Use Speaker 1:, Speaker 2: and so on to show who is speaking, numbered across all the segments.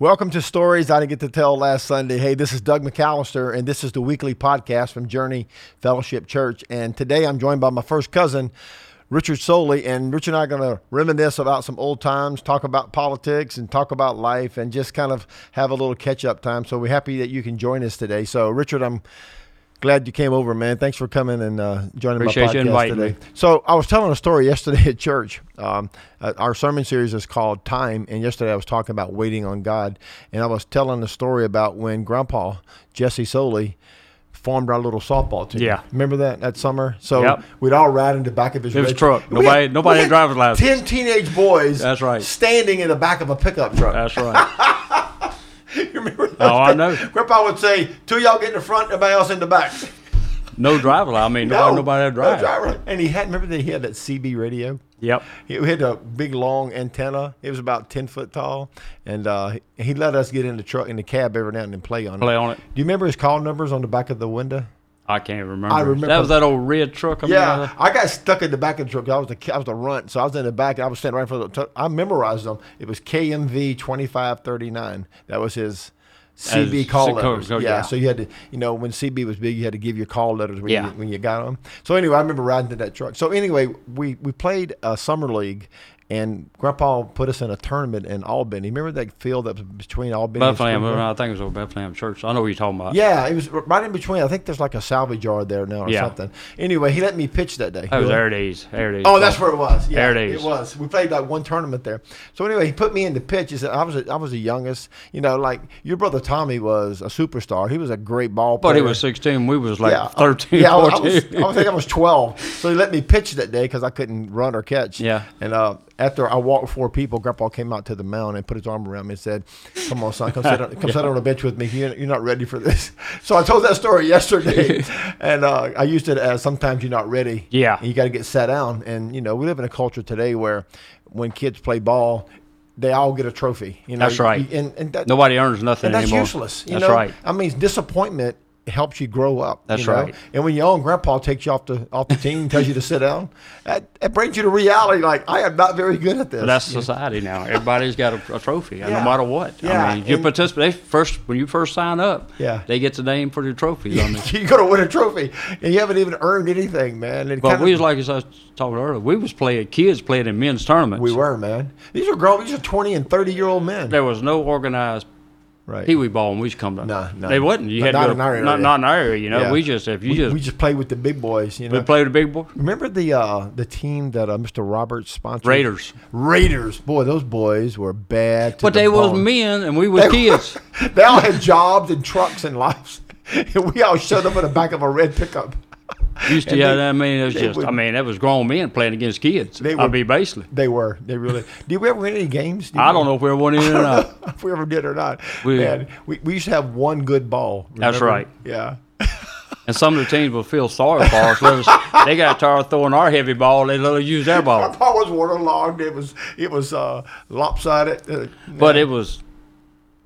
Speaker 1: Welcome to Stories I Didn't Get to Tell Last Sunday. Hey, this is Doug McAllister, and this is the weekly podcast from Journey Fellowship Church. And today I'm joined by my first cousin, Richard Soley. And Richard and I are going to reminisce about some old times, talk about politics, and talk about life, and just kind of have a little catch up time. So we're happy that you can join us today. So, Richard, I'm glad you came over, man. Thanks for coming and uh, joining
Speaker 2: Appreciate
Speaker 1: my
Speaker 2: you
Speaker 1: podcast
Speaker 2: inviting
Speaker 1: today.
Speaker 2: me.
Speaker 1: So I was telling a story yesterday at church. Um, uh, our sermon series is called Time, and yesterday I was talking about waiting on God, and I was telling a story about when Grandpa Jesse Soley formed our little softball team.
Speaker 2: Yeah.
Speaker 1: remember that that summer? So
Speaker 2: Yep.
Speaker 1: we'd all ride in the back of his,
Speaker 2: His
Speaker 1: red-
Speaker 2: truck.
Speaker 1: We
Speaker 2: Nobody- nobody
Speaker 1: we
Speaker 2: had driver's license.
Speaker 1: Ten teenage boys.
Speaker 2: That's right.
Speaker 1: Standing in the back of a pickup truck.
Speaker 2: That's right.
Speaker 1: you remember those
Speaker 2: Oh, I
Speaker 1: days?
Speaker 2: know.
Speaker 1: Grandpa would say, two of y'all get in the front, everybody else in the back.
Speaker 2: No driver. I mean, nobody, nobody had drive.
Speaker 1: no And he had, remember that he had that CB radio?
Speaker 2: Yep.
Speaker 1: He had a big long antenna. It was about 10 foot tall. And uh, he let us get in the truck, in the cab every now and then play on
Speaker 2: Play
Speaker 1: it.
Speaker 2: on it.
Speaker 1: Do you remember his call numbers on the back of the window?
Speaker 2: I can't remember.
Speaker 1: I remember-
Speaker 2: That was that old red truck. I uh,
Speaker 1: Yeah,
Speaker 2: remember.
Speaker 1: I got stuck in the back of the truck. 'cause I was the ki- I was the runt, so I was in the back. And I was standing right in front of the. Truck. I memorized them. It was KMV twenty five thirty nine. That was his CB
Speaker 2: his
Speaker 1: call
Speaker 2: zip code,
Speaker 1: letters.
Speaker 2: so
Speaker 1: yeah,
Speaker 2: yeah.
Speaker 1: so you had to, you know, when CB was big, you had to give your call letters when,
Speaker 2: Yeah.
Speaker 1: you, when you got them. So anyway, I remember riding to that truck. So anyway, we we played a summer league. And Grandpa put us in a tournament in Albany. Remember that field that was between Albany and
Speaker 2: Bethlehem.
Speaker 1: Springfield?
Speaker 2: I think it was old Bethlehem Church. I know what you're talking about.
Speaker 1: Yeah, it was right in between. I think there's like a salvage yard there now or
Speaker 2: Yeah.
Speaker 1: something. Anyway, he let me pitch that day.
Speaker 2: That was
Speaker 1: He-
Speaker 2: Air Days. Air Days.
Speaker 1: Oh, that's where it was. Yeah,
Speaker 2: There it is.
Speaker 1: It was. We played like one tournament there. So anyway, he put me in the pitch. He said I was a, I was the youngest. You know, like your brother Tommy was a superstar. He was a great ball player.
Speaker 2: But he was 16. We was like 13,
Speaker 1: Yeah, I was-
Speaker 2: 14.
Speaker 1: I, was, I was think I was twelve. So he let me pitch that day because I couldn't run or catch.
Speaker 2: Yeah.
Speaker 1: And uh, after I walked four people, Grandpa came out to the mound and put his arm around me and said, "Come on, son, come sit on, come sit on the bench with me. You're, you're not ready for this." So I told that story yesterday, and uh, I used it as sometimes you're not ready.
Speaker 2: Yeah.
Speaker 1: You got to get set down. And, you know, we live in a culture today where when kids play ball, they all get a trophy. You know,
Speaker 2: That's right.
Speaker 1: You- and, and that,
Speaker 2: Nobody earns nothing
Speaker 1: and that's
Speaker 2: anymore.
Speaker 1: useless. You
Speaker 2: that's
Speaker 1: know?
Speaker 2: right.
Speaker 1: I mean, disappointment helps you grow up.
Speaker 2: That's
Speaker 1: you know?
Speaker 2: right.
Speaker 1: And when your own grandpa takes you off the off the team, tells you to sit down, that, that brings you to reality. Like I am not very good at this.
Speaker 2: But that's society now. Everybody's got a, a trophy, and
Speaker 1: Yeah.
Speaker 2: no matter what.
Speaker 1: Yeah,
Speaker 2: I mean, you
Speaker 1: and-
Speaker 2: participate they first when you first sign up.
Speaker 1: Yeah.
Speaker 2: They get the name for the trophies on the
Speaker 1: you're gonna win a trophy, and you haven't even earned anything, man. It
Speaker 2: But
Speaker 1: kinda-
Speaker 2: we was like as I was talking earlier, we was playing kids playing in men's tournaments.
Speaker 1: we were, man. These are grown. These are twenty and thirty year old men.
Speaker 2: There was no organized
Speaker 1: Right.
Speaker 2: pee wee ball when we was coming up.
Speaker 1: No, no.
Speaker 2: They wasn't. You
Speaker 1: Not-
Speaker 2: had
Speaker 1: not
Speaker 2: to go,
Speaker 1: in our area.
Speaker 2: Not, not in our area. You know,
Speaker 1: Yeah.
Speaker 2: we just if you
Speaker 1: we,
Speaker 2: just
Speaker 1: we
Speaker 2: we,
Speaker 1: just play with the big boys. You know.
Speaker 2: played a big boy.
Speaker 1: Remember the uh, the team that uh, Mr. Roberts sponsored?
Speaker 2: Raiders.
Speaker 1: Raiders. Boy, those boys were bad. To
Speaker 2: But
Speaker 1: the
Speaker 2: they was
Speaker 1: bone.
Speaker 2: men and we was kids.
Speaker 1: they all had jobs and trucks and lives. And we all showed up in the back of a red pickup.
Speaker 2: Used to,
Speaker 1: And
Speaker 2: yeah,
Speaker 1: they-
Speaker 2: I mean, it was
Speaker 1: they
Speaker 2: just,
Speaker 1: would-
Speaker 2: I mean, that was grown men playing against kids.
Speaker 1: They
Speaker 2: I
Speaker 1: would-
Speaker 2: mean, basically.
Speaker 1: They were. They really. Did we ever win any games? Do you
Speaker 2: I don't know if we were one in or not.
Speaker 1: if we ever did or not.
Speaker 2: We-
Speaker 1: Man, we, we used to have one good ball.
Speaker 2: That's
Speaker 1: remember?
Speaker 2: right.
Speaker 1: Yeah.
Speaker 2: And some of the teams would feel sorry for us. Let us- they got tired of throwing our heavy ball. They let us use their
Speaker 1: Our
Speaker 2: ball.
Speaker 1: ball was waterlogged. It was it was uh, lopsided. Uh,
Speaker 2: But it was,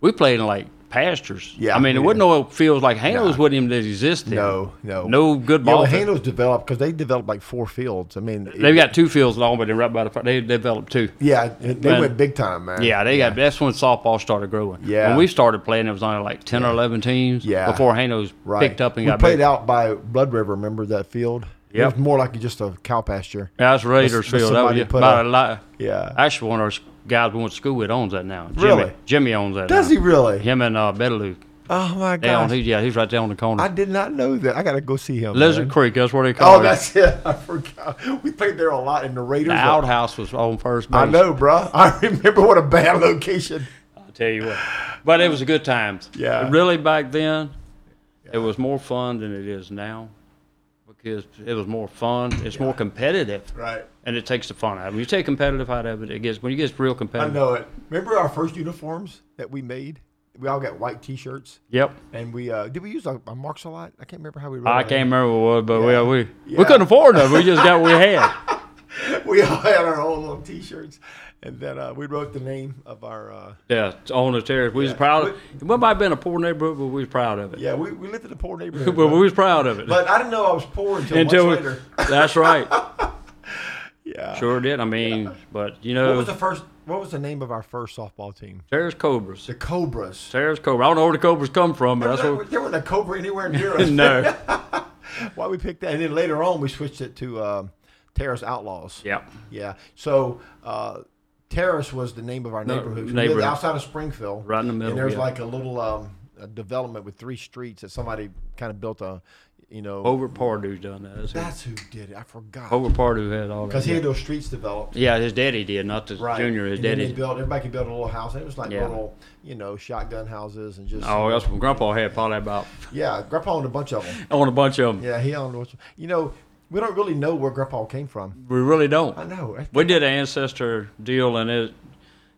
Speaker 2: we played in like pastures.
Speaker 1: Yeah,
Speaker 2: I mean,
Speaker 1: we
Speaker 2: there wasn't no fields like Hano's wouldn't even exist then.
Speaker 1: no, no,
Speaker 2: No good
Speaker 1: Yeah,
Speaker 2: ball.
Speaker 1: well,
Speaker 2: field.
Speaker 1: Hano's developed because they developed like four fields. I mean, it-
Speaker 2: They've got two fields long, but they're right by the front. They developed two.
Speaker 1: yeah, they
Speaker 2: Man.
Speaker 1: went big time, man.
Speaker 2: Yeah, they got. That's when softball started growing.
Speaker 1: Yeah.
Speaker 2: When we started playing, it was only like ten or eleven teams.
Speaker 1: Yeah.
Speaker 2: Before Hano's picked up and
Speaker 1: we
Speaker 2: got
Speaker 1: played
Speaker 2: big.
Speaker 1: out by Blood River. Remember that field? It
Speaker 2: Yep.
Speaker 1: was more like just a cow pasture.
Speaker 2: Yeah, that's Raiders
Speaker 1: But
Speaker 2: Field. That was
Speaker 1: somebody
Speaker 2: yeah,
Speaker 1: put
Speaker 2: about
Speaker 1: a-
Speaker 2: a lot.
Speaker 1: Yeah.
Speaker 2: Actually, one of our guys we went to school with owns that now. Jimmy,
Speaker 1: Really?
Speaker 2: Jimmy owns that.
Speaker 1: Does
Speaker 2: now.
Speaker 1: he really?
Speaker 2: Him and uh, Betaloo.
Speaker 1: Oh my
Speaker 2: They own.
Speaker 1: gosh.
Speaker 2: He, yeah, he's right there on the corner.
Speaker 1: I did not know that. I gotta go see him.
Speaker 2: Lizard
Speaker 1: man.
Speaker 2: Creek. That's where they call
Speaker 1: Oh,
Speaker 2: it.
Speaker 1: that's it. I forgot. We played there a lot in the Raiders.
Speaker 2: the
Speaker 1: were-
Speaker 2: outhouse was on first base.
Speaker 1: I know, bruh. I remember what a bad location.
Speaker 2: I'll tell you what. But it was a good time.
Speaker 1: Yeah.
Speaker 2: Really, back then, it was more fun than it is now because it was more fun. It's more competitive.
Speaker 1: Right.
Speaker 2: And it takes the fun out of it. When you take competitive out of it, it gets, when you get real
Speaker 1: I
Speaker 2: competitive.
Speaker 1: know it. Remember our first uniforms that we made? We all got white T-shirts,
Speaker 2: Yep.
Speaker 1: and we uh, did we use our, our marks a lot? I can't remember how we. wrote
Speaker 2: I
Speaker 1: our
Speaker 2: can't remember what it was, but
Speaker 1: Yeah.
Speaker 2: we, we,
Speaker 1: Yeah.
Speaker 2: we couldn't afford it. We just got what we had.
Speaker 1: name. We all had our own little T-shirts, and then uh, we wrote the name of our. Uh,
Speaker 2: Yeah, on the terrace. We was proud of it. We might have been a poor neighborhood, but we was proud of it.
Speaker 1: yeah, we, we lived in a poor neighborhood,
Speaker 2: But we was proud of it.
Speaker 1: but I didn't know I was poor until,
Speaker 2: Until we,
Speaker 1: much later.
Speaker 2: that's right.
Speaker 1: Yeah.
Speaker 2: Sure did. I mean, but you know.
Speaker 1: What was the first What was the name of our first softball team?
Speaker 2: Sarah's Cobras.
Speaker 1: The Cobras.
Speaker 2: Sarah's Cobra. I don't know where the Cobras come from, but that's
Speaker 1: There,
Speaker 2: what.
Speaker 1: were- there wasn't a Cobra anywhere near us.
Speaker 2: no.
Speaker 1: Why we picked that? And then later on, we switched it to uh, Terrace Outlaws.
Speaker 2: Yeah.
Speaker 1: Yeah. So uh, Terrace was the name of our
Speaker 2: No,
Speaker 1: neighborhood. We lived
Speaker 2: neighborhood.
Speaker 1: outside of Springfield.
Speaker 2: Right in the middle,
Speaker 1: And there's
Speaker 2: yeah.
Speaker 1: like a little um, a development with three streets that somebody kind of built a, you know.
Speaker 2: Over Pardew's done that. That's
Speaker 1: That's who did it. I forgot.
Speaker 2: Over Pardue had all that.
Speaker 1: Because he had those streets developed.
Speaker 2: yeah, his daddy did, not the junior. His
Speaker 1: and then they
Speaker 2: daddy.
Speaker 1: built, everybody could build a little house. And it was like
Speaker 2: Yeah.
Speaker 1: little, you know, shotgun houses and just.
Speaker 2: Oh, that's what Grandpa had probably about.
Speaker 1: Yeah, Grandpa owned a bunch of them.
Speaker 2: I want a bunch of them.
Speaker 1: Yeah, he owned a bunch. of- You know, we don't really know where Grandpa came from.
Speaker 2: We really don't.
Speaker 1: I know. I-
Speaker 2: We did an ancestor deal, and it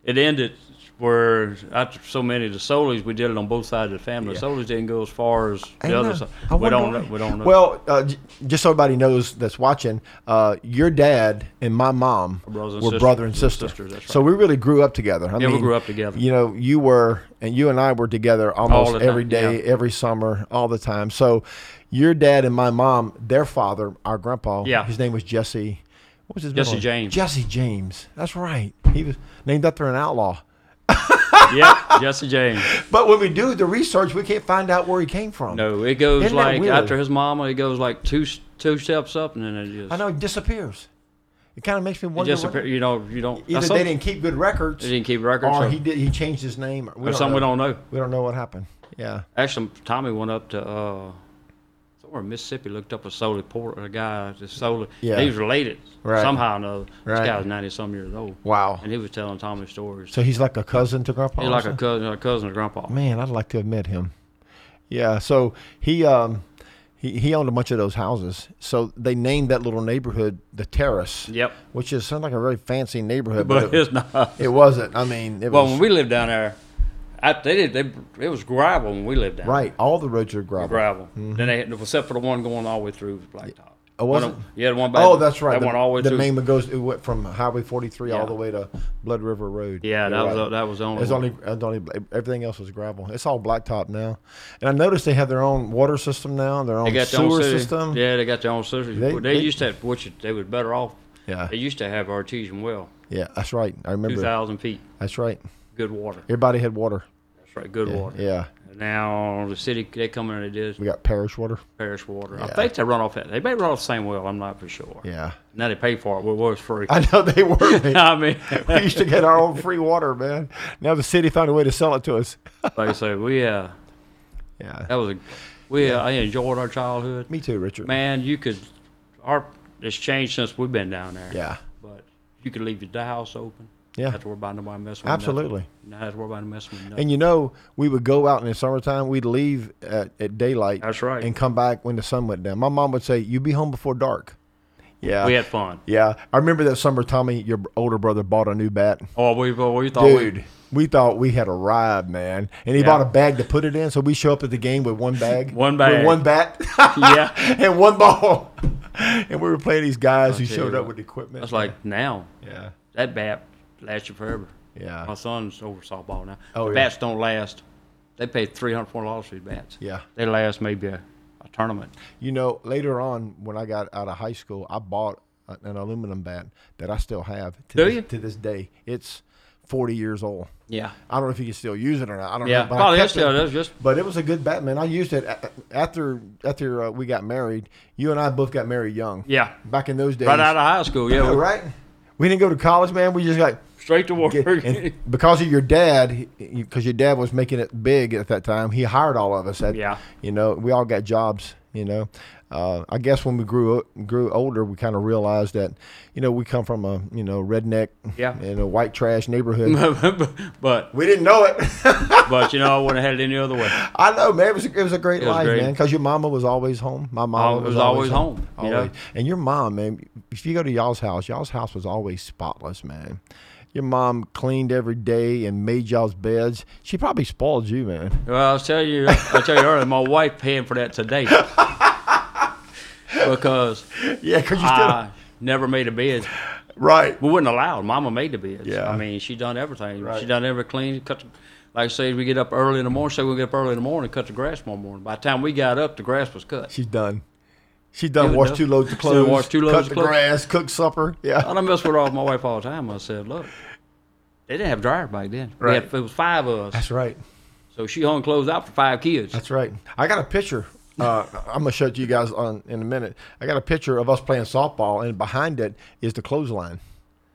Speaker 2: it ended where after so many of the Solis, we did it on both sides of the family. The Solis didn't go as far as
Speaker 1: I
Speaker 2: the other
Speaker 1: know.
Speaker 2: side.
Speaker 1: I
Speaker 2: We don't
Speaker 1: wonder
Speaker 2: know.
Speaker 1: why.
Speaker 2: We don't know.
Speaker 1: Well, uh, j- just so everybody knows that's watching, uh, your dad and my mom
Speaker 2: brothers and
Speaker 1: were
Speaker 2: sisters.
Speaker 1: brother and sister.
Speaker 2: Sisters, that's
Speaker 1: So we really grew up together. I
Speaker 2: Yeah, we
Speaker 1: mean,
Speaker 2: grew up together.
Speaker 1: You know, you were and you and I were together almost
Speaker 2: the time,
Speaker 1: every day, every summer, all the time. So your dad and my mom, their father, our grandpa,
Speaker 2: Yeah.
Speaker 1: his name was Jesse. What was his
Speaker 2: Jesse
Speaker 1: middle name?
Speaker 2: James.
Speaker 1: Jesse James. That's right. He was named after an outlaw.
Speaker 2: yeah, Jesse James.
Speaker 1: But when we do the research, we can't find out where he came from.
Speaker 2: No, it goes
Speaker 1: Isn't that
Speaker 2: like
Speaker 1: weird?
Speaker 2: after his mama, it goes like two s- two steps up, and then it just
Speaker 1: I know he disappears. It kind of makes me
Speaker 2: it
Speaker 1: wonder.
Speaker 2: just
Speaker 1: what-
Speaker 2: appear- you know you don't
Speaker 1: Either
Speaker 2: that's
Speaker 1: they
Speaker 2: some-
Speaker 1: didn't keep good records,
Speaker 2: they didn't keep records
Speaker 1: or
Speaker 2: or,
Speaker 1: he did. He changed his name. We
Speaker 2: or
Speaker 1: don't
Speaker 2: something
Speaker 1: know.
Speaker 2: we don't know.
Speaker 1: We don't know what happened. Yeah.
Speaker 2: Actually, Tommy went up to uh, somewhere in Mississippi, looked up a Soli Porter, a guy that's Soli.
Speaker 1: Yeah.
Speaker 2: He was related
Speaker 1: Right.
Speaker 2: somehow or another.
Speaker 1: Right.
Speaker 2: This guy was 90 some years old.
Speaker 1: Wow.
Speaker 2: And he was telling Tommy stories.
Speaker 1: So he's like a cousin to Grandpa.
Speaker 2: He's like a
Speaker 1: also?
Speaker 2: cousin, a cousin of Grandpa.
Speaker 1: man. I'd like to have met him. Yeah. So he um he, he owned a bunch of those houses. So they named that little neighborhood the Terrace.
Speaker 2: Yep.
Speaker 1: Which is sounds like a very fancy neighborhood, but,
Speaker 2: But
Speaker 1: it,
Speaker 2: it's not.
Speaker 1: it wasn't. I mean, it
Speaker 2: Well,
Speaker 1: was
Speaker 2: when we lived down there, I, they did. They, it was gravel when we lived down
Speaker 1: right. All the roads are gravel.
Speaker 2: there. Gravel. Then they had, except for the one going all the way through blacktop.
Speaker 1: Oh,
Speaker 2: One
Speaker 1: was
Speaker 2: of-
Speaker 1: it?
Speaker 2: Yeah, the one. back-
Speaker 1: Oh, that's right.
Speaker 2: That
Speaker 1: the,
Speaker 2: one all the way
Speaker 1: the
Speaker 2: through.
Speaker 1: main that goes it went from Highway 43
Speaker 2: Yeah.
Speaker 1: all the way to Blood River Road.
Speaker 2: yeah, that
Speaker 1: You're
Speaker 2: was
Speaker 1: right.
Speaker 2: the- that was the only.
Speaker 1: It's
Speaker 2: one.
Speaker 1: only, it's only everything else was gravel. It's all blacktop now, and I noticed they have their own water system now, their own
Speaker 2: They got their own
Speaker 1: sewer
Speaker 2: city.
Speaker 1: system.
Speaker 2: Yeah, they got their own system.
Speaker 1: They-
Speaker 2: They,
Speaker 1: they-
Speaker 2: used to have, which they was better off.
Speaker 1: Yeah.
Speaker 2: They used to have artesian well,
Speaker 1: Yeah, that's right. I
Speaker 2: two
Speaker 1: remember.
Speaker 2: thousand feet,
Speaker 1: That's right.
Speaker 2: good water.
Speaker 1: Everybody had water.
Speaker 2: That's right, good water.
Speaker 1: Yeah,
Speaker 2: Now the city they come in and did
Speaker 1: we got parish water.
Speaker 2: parish water. I
Speaker 1: Yeah.
Speaker 2: think they run off that. They may run off the same well. I'm not for sure.
Speaker 1: Yeah,
Speaker 2: Now they pay for it. Well, it was free. I,
Speaker 1: I know they were. man.
Speaker 2: mean,
Speaker 1: we used to get our own free water, man. Now the city found a way to sell it to us.
Speaker 2: like I say, we uh,
Speaker 1: Yeah,
Speaker 2: that was a, we uh, I enjoyed our childhood.
Speaker 1: me too, Richard.
Speaker 2: Man, you could our it's changed since we've been down there.
Speaker 1: Yeah,
Speaker 2: But you could leave your house open.
Speaker 1: Yeah.
Speaker 2: Have to worry about nobody messing with
Speaker 1: absolutely.
Speaker 2: Nothing. Not have to worry about messing with nothing.
Speaker 1: And you know, we would go out in the summertime. We'd leave at, at daylight.
Speaker 2: That's right.
Speaker 1: And come back when the sun went down. My mom would say, "You be home before dark." Yeah.
Speaker 2: we had fun.
Speaker 1: yeah, I remember that summer, Tommy, your older brother bought a new bat.
Speaker 2: Oh, we, well, we thought
Speaker 1: Dude,
Speaker 2: we,
Speaker 1: we thought we had arrived, man. And he
Speaker 2: Yeah.
Speaker 1: bought a bag to put it in, so we show up at the game with one bag,
Speaker 2: One
Speaker 1: with
Speaker 2: bag.
Speaker 1: one bat,
Speaker 2: yeah.
Speaker 1: and one ball. and we were playing these guys who
Speaker 2: tell you
Speaker 1: showed up
Speaker 2: what,
Speaker 1: with equipment.
Speaker 2: That's like now
Speaker 1: yeah,
Speaker 2: that bat lasts you forever.
Speaker 1: yeah,
Speaker 2: My son's over softball now.
Speaker 1: Oh,
Speaker 2: the
Speaker 1: yeah.
Speaker 2: bats don't last. They pay three hundred four dollars for these bats.
Speaker 1: yeah.
Speaker 2: They last maybe a, a tournament.
Speaker 1: You know, later on when I got out of high school, I bought a- an aluminum bat that I still have to,
Speaker 2: Do
Speaker 1: this,
Speaker 2: you?
Speaker 1: to this day. It's 40 years old.
Speaker 2: Yeah.
Speaker 1: I don't know if you can still use it or not. I don't
Speaker 2: Oh, Yeah.
Speaker 1: know. but I
Speaker 2: Probably
Speaker 1: kept
Speaker 2: that's still
Speaker 1: it.
Speaker 2: that's just
Speaker 1: But it was a good bat, man. I used it a- a- after after uh, we got married. You and I both got married young.
Speaker 2: yeah.
Speaker 1: Back in those days.
Speaker 2: Right out of high school, yeah.
Speaker 1: I know,
Speaker 2: we-
Speaker 1: right? We didn't go to college, man. We just like
Speaker 2: Straight to work.
Speaker 1: get- and because of your dad, because your dad was making it big at that time. He hired all of us. At,
Speaker 2: Yeah.
Speaker 1: you know, we all got jobs. You know, uh, I guess when we grew grew older, we kind of realized that, you know, we come from a you know redneck,
Speaker 2: Yeah.
Speaker 1: and a white trash neighborhood.
Speaker 2: but
Speaker 1: we didn't know it.
Speaker 2: but you know I wouldn't have had it any other way.
Speaker 1: I know, man. It was it was a great
Speaker 2: It was
Speaker 1: life, man.
Speaker 2: great.
Speaker 1: 'Cause man. Because your mama was always home. My mom
Speaker 2: Al-
Speaker 1: was,
Speaker 2: was always home, you know?
Speaker 1: Always. And your mom, man. If you go to y'all's house, y'all's house was always spotless, man. Your mom cleaned every day and made y'all's beds. She probably spoiled you, man.
Speaker 2: Well, I was telling you, I tell you earlier, my wife paying for that today because
Speaker 1: Yeah, because you still
Speaker 2: I never made a bed.
Speaker 1: right.
Speaker 2: We wouldn't allow. it. Mama made the beds.
Speaker 1: Yeah.
Speaker 2: I mean, she done everything. She
Speaker 1: Right.
Speaker 2: done every clean. Cut. The, like I say, we get up early in the morning. Say we get up early in the morning, cut the grass one morning. By the time we got up, the grass was cut.
Speaker 1: She's done. She's done.
Speaker 2: Yeah,
Speaker 1: Washed
Speaker 2: no.
Speaker 1: two loads of
Speaker 2: She
Speaker 1: clothes.
Speaker 2: washed two loads
Speaker 1: cut
Speaker 2: of
Speaker 1: the
Speaker 2: clothes.
Speaker 1: grass. Cooked supper. Yeah.
Speaker 2: I done mess with all my wife all the time. I said, look, They didn't have dryer back then. We
Speaker 1: Right.
Speaker 2: had- it was five of us.
Speaker 1: That's right.
Speaker 2: so she hung clothes out for five kids.
Speaker 1: That's right. I got a picture. Uh, I'm gonna show it to you guys on in a minute. I got a picture of us playing softball, and behind it is the clothesline.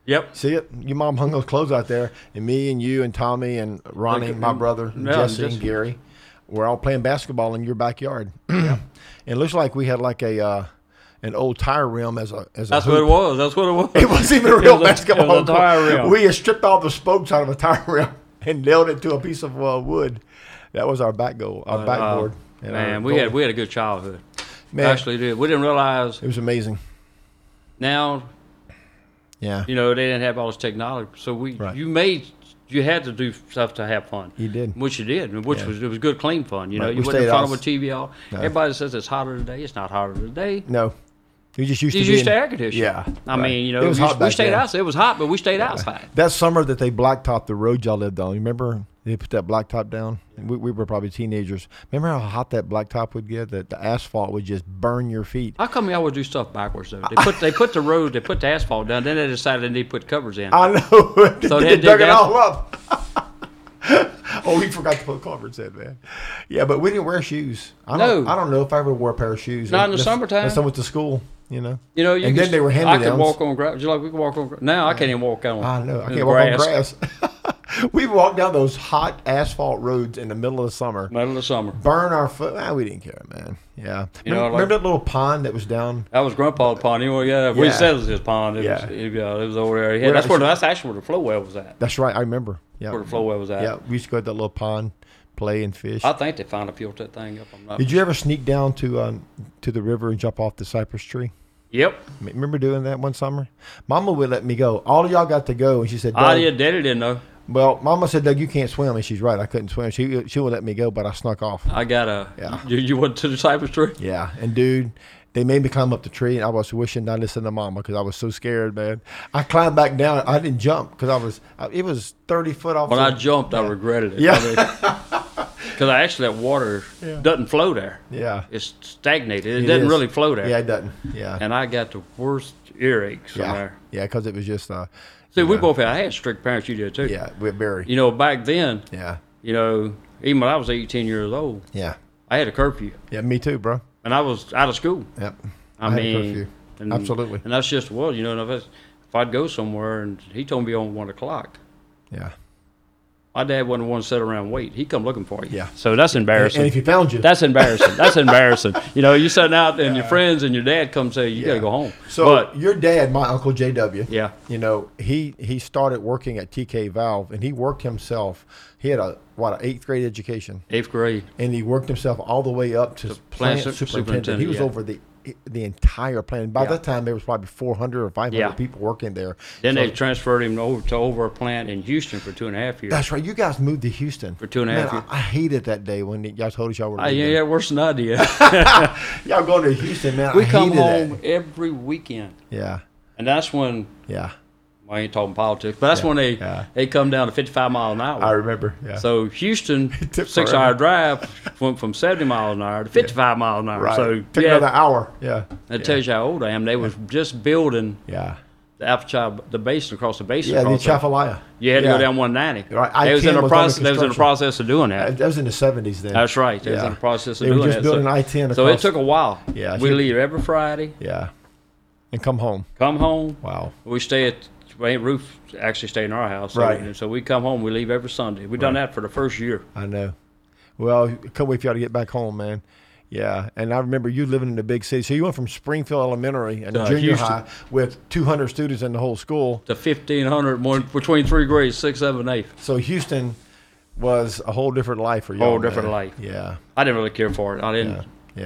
Speaker 2: yep.
Speaker 1: See it? Your mom hung those clothes out there, and me and you and Tommy and Ronnie,
Speaker 2: Like, mm,
Speaker 1: my brother, and
Speaker 2: yeah,
Speaker 1: Jesse
Speaker 2: just-
Speaker 1: and Gary, we're all playing basketball in your backyard. and it looks like we had like a uh, an old tire rim as a as a
Speaker 2: That's
Speaker 1: hoop.
Speaker 2: what it was. That's what it was.
Speaker 1: It wasn't even a real
Speaker 2: was a-
Speaker 1: basketball.
Speaker 2: it was a
Speaker 1: court.
Speaker 2: tire rim.
Speaker 1: We had stripped all the spokes out of a tire rim and nailed it to a piece of uh, wood. That was our back goal, our backboard. and our
Speaker 2: Uh, Man, we
Speaker 1: goal.
Speaker 2: had we had a good childhood.
Speaker 1: Man,
Speaker 2: Actually, did we didn't realize
Speaker 1: it was amazing.
Speaker 2: now
Speaker 1: Yeah,
Speaker 2: you know they didn't have all this technology. So we
Speaker 1: Right.
Speaker 2: you made you had to do stuff to have fun.
Speaker 1: You did.
Speaker 2: which you did, and which
Speaker 1: Yeah.
Speaker 2: was it was good clean fun. You know,
Speaker 1: Right,
Speaker 2: you
Speaker 1: we
Speaker 2: wasn't in
Speaker 1: stayed
Speaker 2: front
Speaker 1: off-
Speaker 2: of a TV all. Everybody says it's hotter today. It's not hotter today.
Speaker 1: no, you just used
Speaker 2: You
Speaker 1: to
Speaker 2: used to
Speaker 1: being-
Speaker 2: air conditioning.
Speaker 1: Yeah,
Speaker 2: I
Speaker 1: right.
Speaker 2: mean, you know,
Speaker 1: It was
Speaker 2: we,
Speaker 1: hot
Speaker 2: we
Speaker 1: back
Speaker 2: stayed
Speaker 1: then.
Speaker 2: outside. It was hot, but we stayed outside.
Speaker 1: That summer that they blacktopped the road y'all lived on, you remember they put that blacktop down? We, we were probably teenagers. Remember how hot that blacktop would get? That the asphalt would just burn your feet.
Speaker 2: How come y'all would do stuff backwards though? They put they put the road, they put the asphalt down, then they decided they need to put covers in.
Speaker 1: I know. they,
Speaker 2: So they dug
Speaker 1: dug it
Speaker 2: the
Speaker 1: all up. oh, we forgot to put culverts in, man. Yeah, but we didn't wear shoes. I don't,
Speaker 2: No.
Speaker 1: I don't know if I ever wore a pair of shoes.
Speaker 2: Not in the
Speaker 1: Unless-
Speaker 2: summertime.
Speaker 1: Unless I went to school, you know.
Speaker 2: you know, you
Speaker 1: and
Speaker 2: could,
Speaker 1: then they were
Speaker 2: I
Speaker 1: hand-me-downs.
Speaker 2: could walk on grass. Just like we could walk on. gra- Now I can't even walk on.
Speaker 1: I know. I
Speaker 2: in
Speaker 1: can't walk on grass. we walked down those hot asphalt roads in the middle of the summer.
Speaker 2: Middle of the summer.
Speaker 1: burn our foot. Ah, we didn't care, man. Yeah.
Speaker 2: You
Speaker 1: remember,
Speaker 2: know, like-
Speaker 1: remember that little pond that was down?
Speaker 2: That was Grandpa's pond. Anyway, yeah, we
Speaker 1: Yeah.
Speaker 2: settled his pond. It
Speaker 1: Yeah.
Speaker 2: was, it, uh, it was over there. Yeah,
Speaker 1: Where
Speaker 2: that's
Speaker 1: it
Speaker 2: where
Speaker 1: was-
Speaker 2: that's actually where the flow well was at.
Speaker 1: That's right. I remember. Yeah.
Speaker 2: Where the flow well was at.
Speaker 1: Yeah. We used to go to that little pond, play and fish.
Speaker 2: I think they finally filled that thing up. I'm not.
Speaker 1: Did you ever sneak down to um, to the river and jump off the cypress tree?
Speaker 2: Yep.
Speaker 1: M- Remember doing that one summer? Mama would let me go. All of y'all got to go, and she said,
Speaker 2: I
Speaker 1: Doug,
Speaker 2: did. Daddy didn't know.
Speaker 1: "Well, Mama said, Doug, you can't swim," and she's right. I couldn't swim. She she would let me go, but I snuck off.
Speaker 2: I got a.
Speaker 1: Yeah.
Speaker 2: You, you went to the cypress tree.
Speaker 1: Yeah, and dude, they made me climb up the tree, and I was wishing I listened to Mama because I was so scared, man. I climbed back down. I didn't jump because I was I, it was thirty foot off.
Speaker 2: When
Speaker 1: the-
Speaker 2: I jumped, I regretted it.
Speaker 1: Yeah.
Speaker 2: Because I actually that water doesn't flow there.
Speaker 1: yeah,
Speaker 2: It's stagnated. It,
Speaker 1: It
Speaker 2: doesn't
Speaker 1: is.
Speaker 2: really flow there.
Speaker 1: yeah, it doesn't. Yeah,
Speaker 2: And I got the worst earaches from
Speaker 1: yeah,
Speaker 2: there.
Speaker 1: yeah, because it was just uh,
Speaker 2: See,
Speaker 1: you
Speaker 2: we
Speaker 1: know,
Speaker 2: both had. I had strict parents. You did too.
Speaker 1: yeah, with Barry,
Speaker 2: You know, back then,
Speaker 1: yeah,
Speaker 2: you know, even when I was 18 years old,
Speaker 1: yeah,
Speaker 2: I had a curfew,
Speaker 1: yeah, me too, bro.
Speaker 2: and I was out of school.
Speaker 1: Yep,
Speaker 2: I,
Speaker 1: had a
Speaker 2: mean,
Speaker 1: curfew.
Speaker 2: and-
Speaker 1: Absolutely.
Speaker 2: And that's just well, you know, and if, it's- if I'd go somewhere, and he told me on one o'clock,
Speaker 1: yeah,
Speaker 2: my dad wasn't one to sit around and wait. He'd come looking for you.
Speaker 1: Yeah.
Speaker 2: So that's
Speaker 1: and,
Speaker 2: embarrassing.
Speaker 1: and if you found you,
Speaker 2: that's embarrassing. That's embarrassing. You know, you sitting out and your friends and your dad come say you got to
Speaker 1: Yeah.
Speaker 2: go home.
Speaker 1: So
Speaker 2: but
Speaker 1: your dad, my uncle J.W.
Speaker 2: Yeah.
Speaker 1: You know, he he started working at TK Valve, and he worked himself. He had a what an eighth grade education,
Speaker 2: eighth grade,
Speaker 1: and he worked himself all the way up to plant,
Speaker 2: plant
Speaker 1: superintendent.
Speaker 2: su-
Speaker 1: He was
Speaker 2: superintendent, yeah.
Speaker 1: over the the entire plant. By
Speaker 2: Yeah.
Speaker 1: that time, there was probably 400 or 500
Speaker 2: Yeah.
Speaker 1: people working there.
Speaker 2: then
Speaker 1: So-
Speaker 2: they transferred him over to over a plant in Houston for two and a half years.
Speaker 1: that's right. You guys moved to Houston for
Speaker 2: two and a half
Speaker 1: Man,
Speaker 2: years.
Speaker 1: I, I hated that day when y'all told us y'all were
Speaker 2: I, yeah,
Speaker 1: leaving.
Speaker 2: yeah, worse than I did.
Speaker 1: Y'all going to Houston, man. I
Speaker 2: we come
Speaker 1: hated
Speaker 2: home
Speaker 1: That.
Speaker 2: every weekend,
Speaker 1: Yeah,
Speaker 2: and that's when
Speaker 1: yeah.
Speaker 2: well, I ain't talking politics, but that's when they
Speaker 1: yeah.
Speaker 2: they come down to 55 mile an hour.
Speaker 1: I remember. Yeah.
Speaker 2: so Houston,
Speaker 1: took
Speaker 2: six hour drive went from 70 mile an hour to 55 mile an hour.
Speaker 1: right.
Speaker 2: So
Speaker 1: took
Speaker 2: yeah,
Speaker 1: another hour. Yeah.
Speaker 2: that tells you how old I am. They was just building
Speaker 1: Yeah.
Speaker 2: the Apple the basin across the basin.
Speaker 1: Yeah, the
Speaker 2: across the-
Speaker 1: Chafalaya.
Speaker 2: You had to
Speaker 1: yeah.
Speaker 2: go down 190.
Speaker 1: Right, I-10
Speaker 2: They was in
Speaker 1: was
Speaker 2: the
Speaker 1: under
Speaker 2: process. They was in the
Speaker 1: construction.
Speaker 2: process of doing
Speaker 1: Uh,
Speaker 2: that.
Speaker 1: That was in the seventies then.
Speaker 2: That's right. They was in
Speaker 1: Yeah.
Speaker 2: the process of
Speaker 1: They were
Speaker 2: doing
Speaker 1: just
Speaker 2: that.
Speaker 1: building
Speaker 2: so,
Speaker 1: I-10
Speaker 2: so it
Speaker 1: across-
Speaker 2: took a while.
Speaker 1: Yeah,
Speaker 2: we
Speaker 1: sure.
Speaker 2: leave every Friday,
Speaker 1: Yeah. And come home.
Speaker 2: come home.
Speaker 1: Wow.
Speaker 2: We stay at we ain't roof actually stay in our house. So,
Speaker 1: Right.
Speaker 2: and so we come home. We leave every Sunday. We done that for the first year.
Speaker 1: I know. Well, couldn't wait for y'all to get back home, man. Yeah, and I remember you living in the big city. So you went from Springfield Elementary and
Speaker 2: To
Speaker 1: junior
Speaker 2: Uh, Houston.
Speaker 1: high with 200 students in the whole school.
Speaker 2: The 1500 one, between three grades, six, seven, eight.
Speaker 1: So Houston was a whole different life for you.
Speaker 2: Whole different life.
Speaker 1: Yeah,
Speaker 2: I didn't really care for it. I didn't.
Speaker 1: yeah,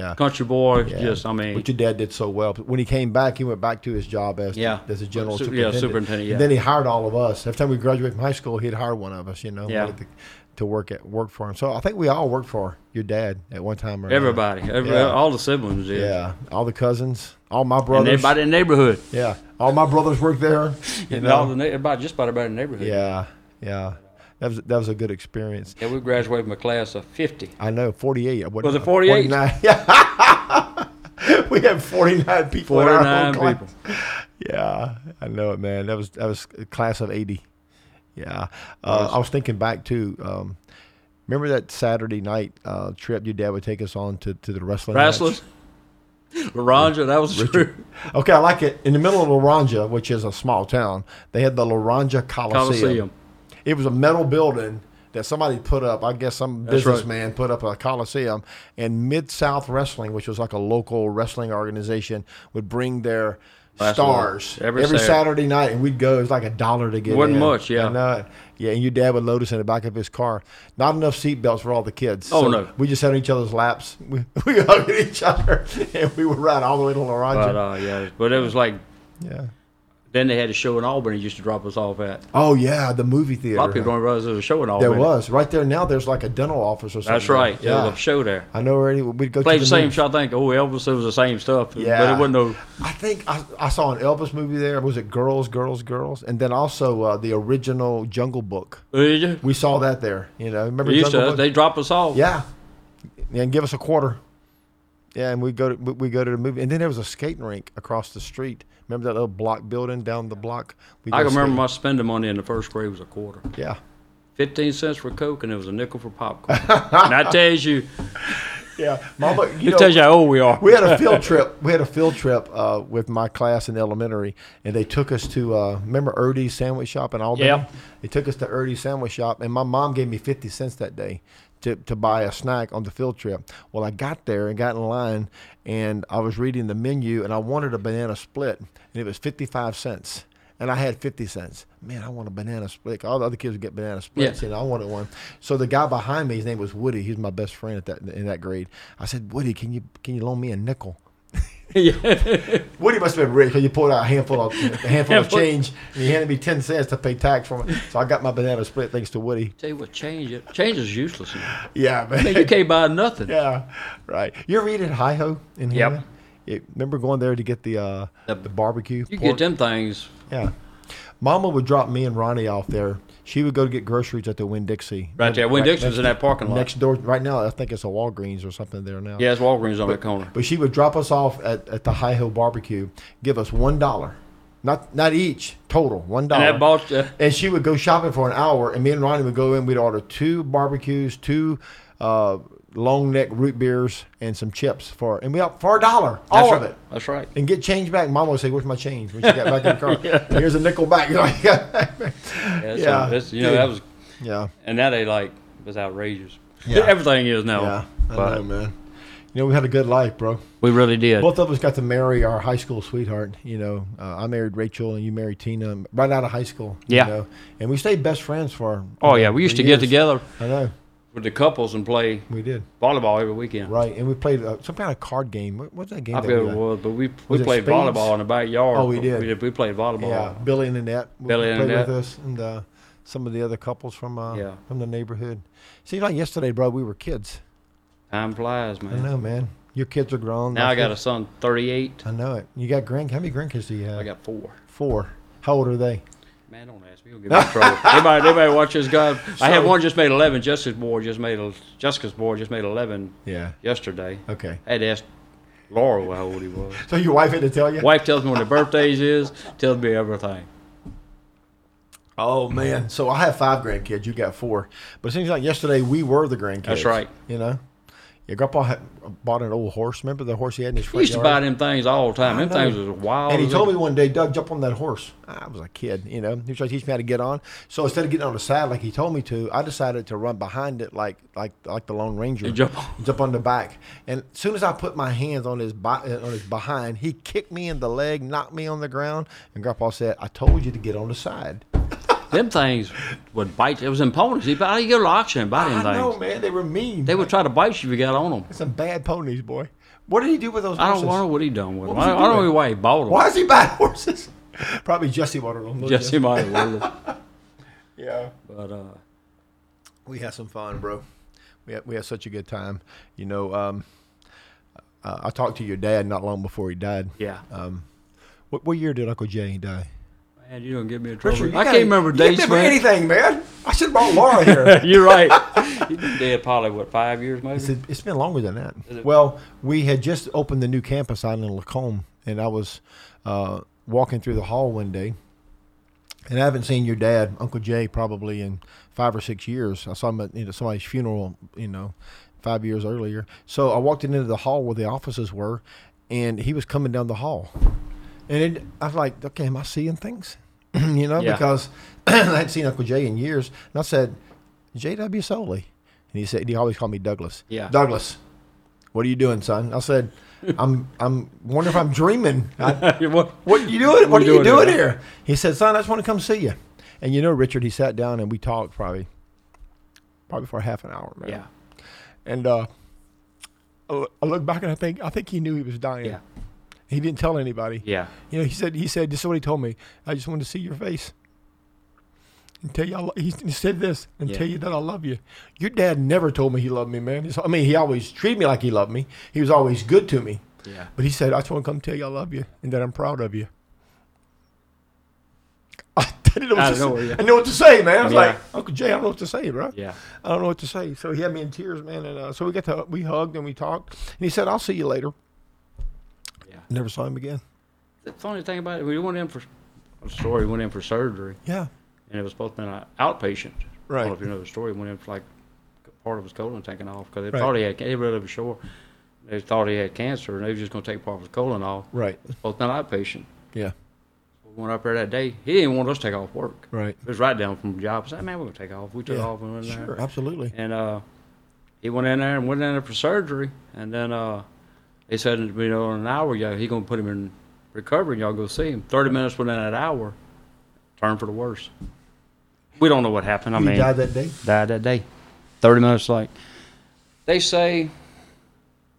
Speaker 1: yeah.
Speaker 2: Country boy,
Speaker 1: yeah.
Speaker 2: just I mean,
Speaker 1: but your dad did so well. But when he came back, he went back to his job as
Speaker 2: Yeah.
Speaker 1: as a general
Speaker 2: Su- yeah,
Speaker 1: superintendent.
Speaker 2: superintendent, yeah.
Speaker 1: And then he hired all of us. Every time we graduated from high school, he'd hire one of us. You know,
Speaker 2: Yeah.
Speaker 1: wanted to, to work at work for him. So I think we all worked for your dad at one time or another.
Speaker 2: everybody, every,
Speaker 1: Yeah.
Speaker 2: all the siblings did.
Speaker 1: Yeah, all the cousins, all my
Speaker 2: And
Speaker 1: brothers.
Speaker 2: everybody in the neighborhood.
Speaker 1: Yeah, all my brothers worked there. You
Speaker 2: And all the
Speaker 1: know.
Speaker 2: na- everybody, just about everybody in the neighborhood.
Speaker 1: Yeah, yeah. That was that was a good experience.
Speaker 2: Yeah, we graduated from a class of 50.
Speaker 1: I know, forty eight.
Speaker 2: Was it 48?
Speaker 1: Yeah. we had forty nine people. in our own
Speaker 2: 49
Speaker 1: class.
Speaker 2: people.
Speaker 1: Yeah, I know it, man. That was that was a class of eighty. Yeah. Uh, I was thinking back to, um, remember that Saturday night uh, trip your dad would take us on to, to the wrestling match?
Speaker 2: Wrestlers, Laranja, that was true.
Speaker 1: Okay, I like it. In the middle of Laranja, which is a small town, they had the Laranja Coliseum.
Speaker 2: Coliseum.
Speaker 1: It was a metal building that somebody put up. I guess some
Speaker 2: That's right.
Speaker 1: businessman put up a coliseum, and Mid South Wrestling, which was like a local wrestling organization, would bring their
Speaker 2: Last
Speaker 1: stars
Speaker 2: one. Every Saturday.
Speaker 1: Saturday night, and we'd go. It was like a dollar to get.
Speaker 2: Wasn't
Speaker 1: in.
Speaker 2: much, yeah.
Speaker 1: And, uh, yeah, and your dad would load us in the back of his car. Not enough seatbelts for all the kids.
Speaker 2: Oh, no.
Speaker 1: We just sat on each other's laps. We, we hugged each other, and we would ride all the way to Laranja.
Speaker 2: But uh, yeah, but it was like
Speaker 1: yeah.
Speaker 2: then they had a show in Auburn. He used to drop us off at.
Speaker 1: Oh yeah, the movie theater.
Speaker 2: A lot of people don't realize there was a show in Auburn.
Speaker 1: there was right there now. There's like a dental office or something.
Speaker 2: That's right. Yeah. There
Speaker 1: Yeah.
Speaker 2: was a show there.
Speaker 1: I know already. We'd go
Speaker 2: Played
Speaker 1: to
Speaker 2: the
Speaker 1: the
Speaker 2: same
Speaker 1: movie.
Speaker 2: show. I think. Oh, Elvis. It was the same stuff. But it
Speaker 1: Yeah.
Speaker 2: wasn't no.
Speaker 1: I think I, I saw an Elvis movie there. Was it Girls, Girls, Girls? And then also uh, the original Jungle Book.
Speaker 2: Did you?
Speaker 1: We saw that there. You know, remember
Speaker 2: They used
Speaker 1: Jungle
Speaker 2: to.
Speaker 1: Book?
Speaker 2: They drop us off.
Speaker 1: yeah, and give us a quarter. Yeah, and we go to we we go to the movie, and then there was a skating rink across the street. Remember that little block building down the block? We
Speaker 2: I
Speaker 1: go
Speaker 2: can remember
Speaker 1: skating.
Speaker 2: my spending money in the first grade was a quarter.
Speaker 1: Yeah,
Speaker 2: 15 cents for Coke and it was a nickel for popcorn. and that tells you,
Speaker 1: yeah. Mama, you
Speaker 2: it
Speaker 1: know,
Speaker 2: tells you how old we are.
Speaker 1: we had a field trip. We had a field trip uh, with my class in elementary, and they took us to uh, remember Erdy's sandwich shop in Albany.
Speaker 2: Yeah.
Speaker 1: They took us to Erdy's sandwich shop, and my mom gave me fifty cents that day to to buy a snack on the field trip. Well, I got there and got in line, and I was reading the menu, and I wanted a banana split, and it was fifty five cents. And I had fifty cents. Man, I want a banana split. All the other kids would get banana splits,
Speaker 2: Yeah.
Speaker 1: and I wanted one. So the guy behind me, his name was Woody. He's my best friend at that in that grade. I said, Woody, can you can you loan me a nickel?
Speaker 2: Yeah.
Speaker 1: Woody must have been rich because you pulled out a handful of a handful of
Speaker 2: Handful.
Speaker 1: change and he handed me ten cents to pay tax from it. So I got my banana split thanks to Woody.
Speaker 2: Tell you what, change it. Change is useless now.
Speaker 1: Yeah,
Speaker 2: I mean,
Speaker 1: man.
Speaker 2: you can't buy nothing.
Speaker 1: yeah, right. You ever eat at Hi Ho in
Speaker 2: Yep.
Speaker 1: here? Yep. Remember going there to get the uh, the
Speaker 2: The-
Speaker 1: barbecue?
Speaker 2: You
Speaker 1: pork?
Speaker 2: get them things.
Speaker 1: Yeah. Mama would drop me and Ronnie off there. She would go to get groceries at the Winn Dixie.
Speaker 2: Right there. Winn Dixon's in that parking lot.
Speaker 1: Next door, right now, I think it's a Walgreens or something there now.
Speaker 2: yeah, it's Walgreens on that corner.
Speaker 1: But she would drop us off at, at the High Hill Barbecue, give us one dollar, not not each total one
Speaker 2: And
Speaker 1: dollar.
Speaker 2: that bought uh,
Speaker 1: and she would go shopping for an hour, and me and Ronnie would go in. We'd order two barbecues, two uh, long neck root beers, and some chips for, and we up for a dollar, all
Speaker 2: that's
Speaker 1: of
Speaker 2: right.
Speaker 1: it,
Speaker 2: That's right.
Speaker 1: and get change back. Mama would say, "Where's my change?" When she got back in the car, here's a nickel back.
Speaker 2: Yeah. that's-
Speaker 1: Yeah.
Speaker 2: that's- you know, that was,
Speaker 1: yeah,
Speaker 2: and that they like, was outrageous.
Speaker 1: Yeah.
Speaker 2: Everything is now.
Speaker 1: yeah, I
Speaker 2: but
Speaker 1: know, man. You know, we had a good life, bro.
Speaker 2: we really did.
Speaker 1: Both of us got to marry our high school sweetheart. You know, uh, I married Rachel and you married Tina um, right out of high school. you
Speaker 2: Yeah.
Speaker 1: know. and we stayed best friends for.
Speaker 2: oh,
Speaker 1: you
Speaker 2: yeah.
Speaker 1: know,
Speaker 2: We used
Speaker 1: for
Speaker 2: to get
Speaker 1: years.
Speaker 2: together
Speaker 1: I know
Speaker 2: with the couples and play
Speaker 1: we did
Speaker 2: volleyball every weekend.
Speaker 1: right, and we played uh, some kind of card game. What was that game?
Speaker 2: I
Speaker 1: that
Speaker 2: forget
Speaker 1: we
Speaker 2: what it
Speaker 1: played?
Speaker 2: was, but we
Speaker 1: Was
Speaker 2: we
Speaker 1: it
Speaker 2: played
Speaker 1: spades?
Speaker 2: volleyball in the backyard.
Speaker 1: Oh, we did.
Speaker 2: We, we played volleyball.
Speaker 1: Yeah, Billy and Annette. w-
Speaker 2: Billy and
Speaker 1: played
Speaker 2: Annette.
Speaker 1: with us and uh, some of the other couples from uh,
Speaker 2: Yeah.
Speaker 1: from the neighborhood. Seems like yesterday, bro. We were kids.
Speaker 2: Time flies,
Speaker 1: I
Speaker 2: man.
Speaker 1: know, man. Your kids are grown.
Speaker 2: Now
Speaker 1: My
Speaker 2: I got a
Speaker 1: kids-
Speaker 2: son, 38.
Speaker 1: I know it. You got grand. How many grandkids do you have?
Speaker 2: I got four.
Speaker 1: four. How old are they?
Speaker 2: Man, don't ask me. You'll get me in trouble. anybody, anybody watch this guy? I had
Speaker 1: So-
Speaker 2: one just made 11. Jessica's boy just made a, Jessica's boy just made 11
Speaker 1: Yeah.
Speaker 2: yesterday.
Speaker 1: Okay.
Speaker 2: I had to ask Laura how old he was.
Speaker 1: So your wife had to tell you.
Speaker 2: Wife tells me when the birthdays is. Tells me everything.
Speaker 1: Oh man! So I have five grandkids. You got four, but it seems like yesterday we were the grandkids.
Speaker 2: That's right.
Speaker 1: You know, your grandpa had, bought an old horse. Remember the horse he had in his
Speaker 2: He
Speaker 1: front
Speaker 2: used to
Speaker 1: yard?
Speaker 2: buy them things all the time.
Speaker 1: I
Speaker 2: Them
Speaker 1: know.
Speaker 2: things was wild.
Speaker 1: And he
Speaker 2: as
Speaker 1: told
Speaker 2: it-
Speaker 1: me one day, Doug, jump on that horse. I was a kid, you know. He was trying to teach me how to get on. So instead of getting on the side like he told me to, I decided to run behind it like like like the Lone Ranger.
Speaker 2: And jump on.
Speaker 1: jump on the back. And as soon as I put my hands on his bo- uh, on his behind, he kicked me in the leg, knocked me on the ground, and Grandpa said, "I told you to get on the side."
Speaker 2: Them things would bite. It was in ponies. He'd buy, he'd go to auction and buy them
Speaker 1: I
Speaker 2: things.
Speaker 1: know, man. They were mean.
Speaker 2: They would try to bite you if you got on them.
Speaker 1: Some bad ponies, boy. What did he do with those
Speaker 2: I
Speaker 1: horses?
Speaker 2: don't know what he done with them.
Speaker 1: was
Speaker 2: I,
Speaker 1: he
Speaker 2: I don't
Speaker 1: doing?
Speaker 2: know why he bought them.
Speaker 1: Why is he buying horses? Probably Jesse wanted them. wasn't
Speaker 2: Jesse might have with it.
Speaker 1: it? Yeah.
Speaker 2: But uh,
Speaker 1: We had some fun, bro. We had, we had such a good time. You know, um, uh, I talked to your dad not long before he died.
Speaker 2: yeah,
Speaker 1: What, what year did Uncle Jay die?
Speaker 2: man, you don't get me in trouble.
Speaker 1: Richard, you
Speaker 2: I
Speaker 1: gotta-
Speaker 2: can't remember
Speaker 1: you
Speaker 2: dates,
Speaker 1: can't remember
Speaker 2: man.
Speaker 1: anything, man. I should have brought Laura here.
Speaker 2: You're right. He been dead probably what five years
Speaker 1: It's,
Speaker 2: maybe.
Speaker 1: it's been longer than that.
Speaker 2: Is it-
Speaker 1: Well, we had just opened the new campus out in Lacombe, and I was uh, walking through the hall one day, And I haven't seen your dad, Uncle Jay, probably in five or six years. I saw him at you know, somebody's funeral, you know, five years earlier. So I walked into the hall where the offices were, and he was coming down the hall. And it, I was like, okay, am I seeing things? you know,
Speaker 2: Yeah.
Speaker 1: because I hadn't seen Uncle Jay in years. And I said, J.W. Soley. And he said, he always called me Douglas.
Speaker 2: Yeah.
Speaker 1: Douglas, what are you doing, son? I said, I'm, I'm, wonder if I'm dreaming. I,
Speaker 2: What-
Speaker 1: what you doing? What are you
Speaker 2: doing
Speaker 1: doing
Speaker 2: here?
Speaker 1: here? He said, son, I just want to come see you. And you know, Richard, he sat down and we talked probably, probably for half an hour, man.
Speaker 2: yeah.
Speaker 1: And uh, I loo- I look back and I think, I think he knew he was dying.
Speaker 2: Yeah.
Speaker 1: He didn't tell anybody.
Speaker 2: Yeah.
Speaker 1: You know, he said, he said, this is what he told me. I just wanted to see your face and tell you, I lo- he s- he said this and
Speaker 2: Yeah.
Speaker 1: tell you that I love you. Your dad never told me he loved me, man. It's- I mean, he always treated me like he loved me. He was always good to me.
Speaker 2: Yeah.
Speaker 1: But he said, I just want to come tell you I love you and that I'm proud of you. I didn't know what,
Speaker 2: Out
Speaker 1: to,
Speaker 2: of
Speaker 1: say.
Speaker 2: nowhere, yeah.
Speaker 1: I didn't know what to say, man. I was
Speaker 2: Yeah.
Speaker 1: like, Uncle Jay, I don't know what to say, bro.
Speaker 2: Yeah.
Speaker 1: I don't know what to say. So he had me in tears, man. And uh, so we got to, we hugged and we talked. And he said, I'll see you later.
Speaker 2: Yeah.
Speaker 1: Never saw him again.
Speaker 2: The funny thing about it, we went in for, I'm sorry, we went in for surgery,
Speaker 1: Yeah.
Speaker 2: and it was supposed to be an outpatient. I don't
Speaker 1: Right.
Speaker 2: know if you know the story. Went in for like part of his colon taken off because they
Speaker 1: Right.
Speaker 2: thought he had, they really was sure. They thought he had cancer, and they was just going to take part of his colon off.
Speaker 1: Right.
Speaker 2: Supposed to be an outpatient.
Speaker 1: Yeah.
Speaker 2: We went up there that day. He didn't want us to take off work.
Speaker 1: Right.
Speaker 2: It was right down from the job. I said, man, we're going to take off. We took
Speaker 1: Yeah.
Speaker 2: off and went in there.
Speaker 1: Sure. Absolutely.
Speaker 2: And uh, he went in there and went in there for surgery. And then uh, they said, you know, in an hour, yeah, he gonna put him in recovery. And y'all go see him. Thirty minutes within that hour, turned for the worse. We don't know what happened. I
Speaker 1: he
Speaker 2: mean,
Speaker 1: died that day.
Speaker 2: died that day. Thirty minutes late. They say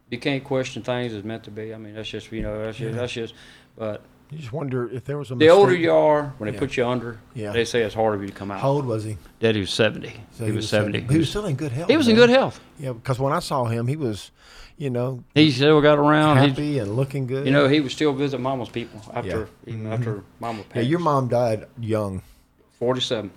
Speaker 2: you can't question things as meant to be. I mean, that's just you know, that's just that's just. But
Speaker 1: You just wonder if there was a
Speaker 2: the older
Speaker 1: mistake.
Speaker 2: you are, when they
Speaker 1: Yeah.
Speaker 2: put you under,
Speaker 1: Yeah.
Speaker 2: they say it's harder for you to come out.
Speaker 1: How old was he?
Speaker 2: Daddy was seventy.
Speaker 1: So
Speaker 2: he, was seventy.
Speaker 1: He was still in good health.
Speaker 2: He was in
Speaker 1: man.
Speaker 2: good health.
Speaker 1: Yeah, because when I saw him, he was, you know,
Speaker 2: He still got around. He-
Speaker 1: happy and looking good.
Speaker 2: You know, he would still visit mama's people after even after mama
Speaker 1: Mm-hmm. yeah,
Speaker 2: passed.
Speaker 1: your mom died young.
Speaker 2: forty-seven.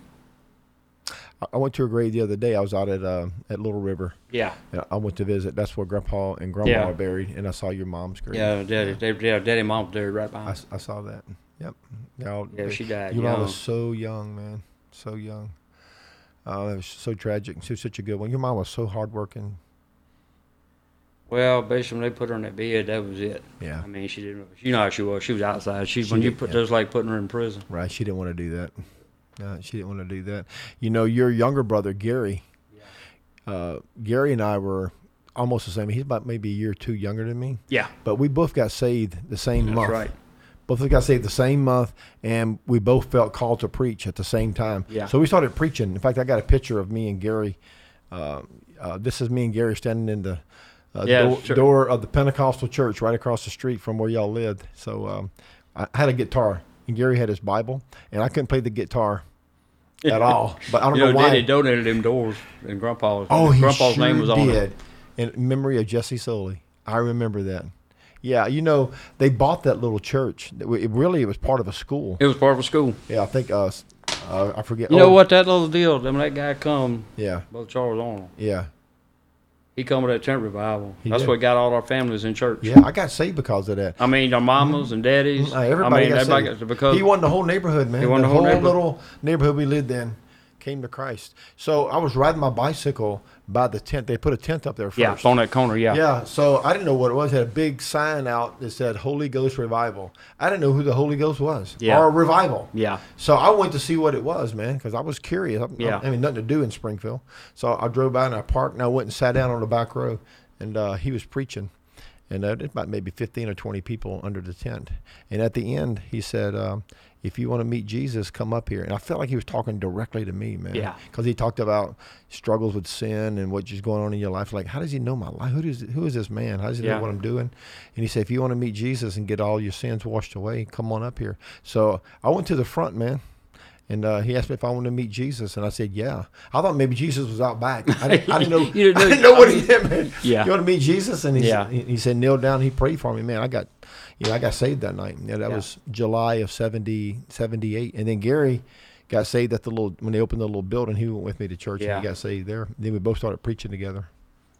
Speaker 1: I- I went to her grave the other day. I was out at uh, at Little River.
Speaker 2: Yeah,
Speaker 1: And I went to visit. That's where Grandpa and Grandma
Speaker 2: Yeah.
Speaker 1: are buried, and I saw your mom's grave.
Speaker 2: yeah, daddy, they, yeah, daddy, and mom was there right
Speaker 1: I,
Speaker 2: behind.
Speaker 1: s- I saw that. Yep. They're all-
Speaker 2: Yeah, she died
Speaker 1: Your mom was so
Speaker 2: young.
Speaker 1: young, man. So young. Oh, it was so tragic. She was such a good one. Your mom was so hardworking.
Speaker 2: Well, basically, when they put her in that bed, that was it.
Speaker 1: Yeah.
Speaker 2: I mean, she didn't. You know how she was. She was outside. She,
Speaker 1: She
Speaker 2: when you
Speaker 1: did,
Speaker 2: put
Speaker 1: yeah.
Speaker 2: just like putting her in prison.
Speaker 1: Right. She didn't want to do that. No, she didn't want to do that. You know, your younger brother, Gary, uh, Gary and I were almost the same. He's about maybe a year or two younger than me,
Speaker 2: Yeah,
Speaker 1: but we both got saved the same
Speaker 2: that's
Speaker 1: month.
Speaker 2: right.
Speaker 1: Both of us got saved the same month, and we both felt called to preach at the same time.
Speaker 2: Yeah.
Speaker 1: So we started preaching. In fact, I got a picture of me and Gary. Uh, uh, this is me and Gary standing in the uh,
Speaker 2: Yeah,
Speaker 1: door,
Speaker 2: sure.
Speaker 1: door of the Pentecostal church right across the street from where y'all lived. So um, I had a guitar, and Gary had his Bible, and I couldn't play the guitar at all. But I don't
Speaker 2: You know,
Speaker 1: know why.
Speaker 2: daddy donated them doors, and grandpa.
Speaker 1: Oh, he
Speaker 2: grandpa's
Speaker 1: sure
Speaker 2: name was on
Speaker 1: did.
Speaker 2: it.
Speaker 1: In memory of Jesse Soley, I remember that. Yeah, you know, they bought that little church. It w- it really, it was part of a school.
Speaker 2: It was part of a school.
Speaker 1: Yeah, I think uh, s- uh I forget.
Speaker 2: You
Speaker 1: oh,
Speaker 2: know what? That little deal. Then when that guy come,
Speaker 1: Yeah,
Speaker 2: Brother Charles Arnold.
Speaker 1: yeah,
Speaker 2: He come to that tent revival.
Speaker 1: He
Speaker 2: That's
Speaker 1: did.
Speaker 2: what got all our families in church.
Speaker 1: yeah. I got saved because of that.
Speaker 2: I mean, our mamas and daddies.
Speaker 1: Uh, everybody
Speaker 2: I mean,
Speaker 1: got
Speaker 2: everybody
Speaker 1: saved.
Speaker 2: got- because
Speaker 1: he won the whole neighborhood, man.
Speaker 2: He won
Speaker 1: the,
Speaker 2: the whole
Speaker 1: whole,
Speaker 2: neighborhood.
Speaker 1: little neighborhood we lived in came to Christ. So I was riding my bicycle by the tent. They put a tent up there first.
Speaker 2: yeah, it's on that corner. Yeah,
Speaker 1: Yeah, so I didn't know what it was. It had a big sign out that said Holy Ghost Revival. I didn't know who the Holy Ghost was
Speaker 2: Yeah.
Speaker 1: or revival.
Speaker 2: Yeah.
Speaker 1: So I went to see what it was, man, because I was curious. I,
Speaker 2: Yeah.
Speaker 1: I, mean, nothing to do in Springfield. So I drove by and I parked and I went and sat down on the back row and uh, he was preaching. And uh, there's about maybe 15 or 20 people under the tent. And at the end, he said, um, if you want to meet Jesus, come up here. And I felt like he was talking directly to me, man.
Speaker 2: Yeah.
Speaker 1: Because he talked about struggles with sin and what's just going on in your life. Like, how does he know my life? Who does who is this man? How does he
Speaker 2: Yeah.
Speaker 1: know what I'm doing? And he said, if you want to meet Jesus and get all your sins washed away, come on up here. So I went to the front, man. And uh, he asked me if I wanted to meet Jesus, and I said, "Yeah." I thought maybe Jesus was out back. I didn't, I didn't know.
Speaker 2: You didn't
Speaker 1: I
Speaker 2: know-
Speaker 1: didn't know
Speaker 2: I
Speaker 1: what
Speaker 2: mean,
Speaker 1: he did, man.
Speaker 2: yeah.
Speaker 1: You want to meet Jesus? And he,
Speaker 2: Yeah.
Speaker 1: he, he said, "Kneel down." He prayed for me, man. I got, you know, I got saved that night. Yeah, that
Speaker 2: Yeah.
Speaker 1: was July of 70, 78. and then Gary got saved at the little when they opened the little building. He went with me to church, and
Speaker 2: Yeah.
Speaker 1: he got saved there. Then we both started preaching together.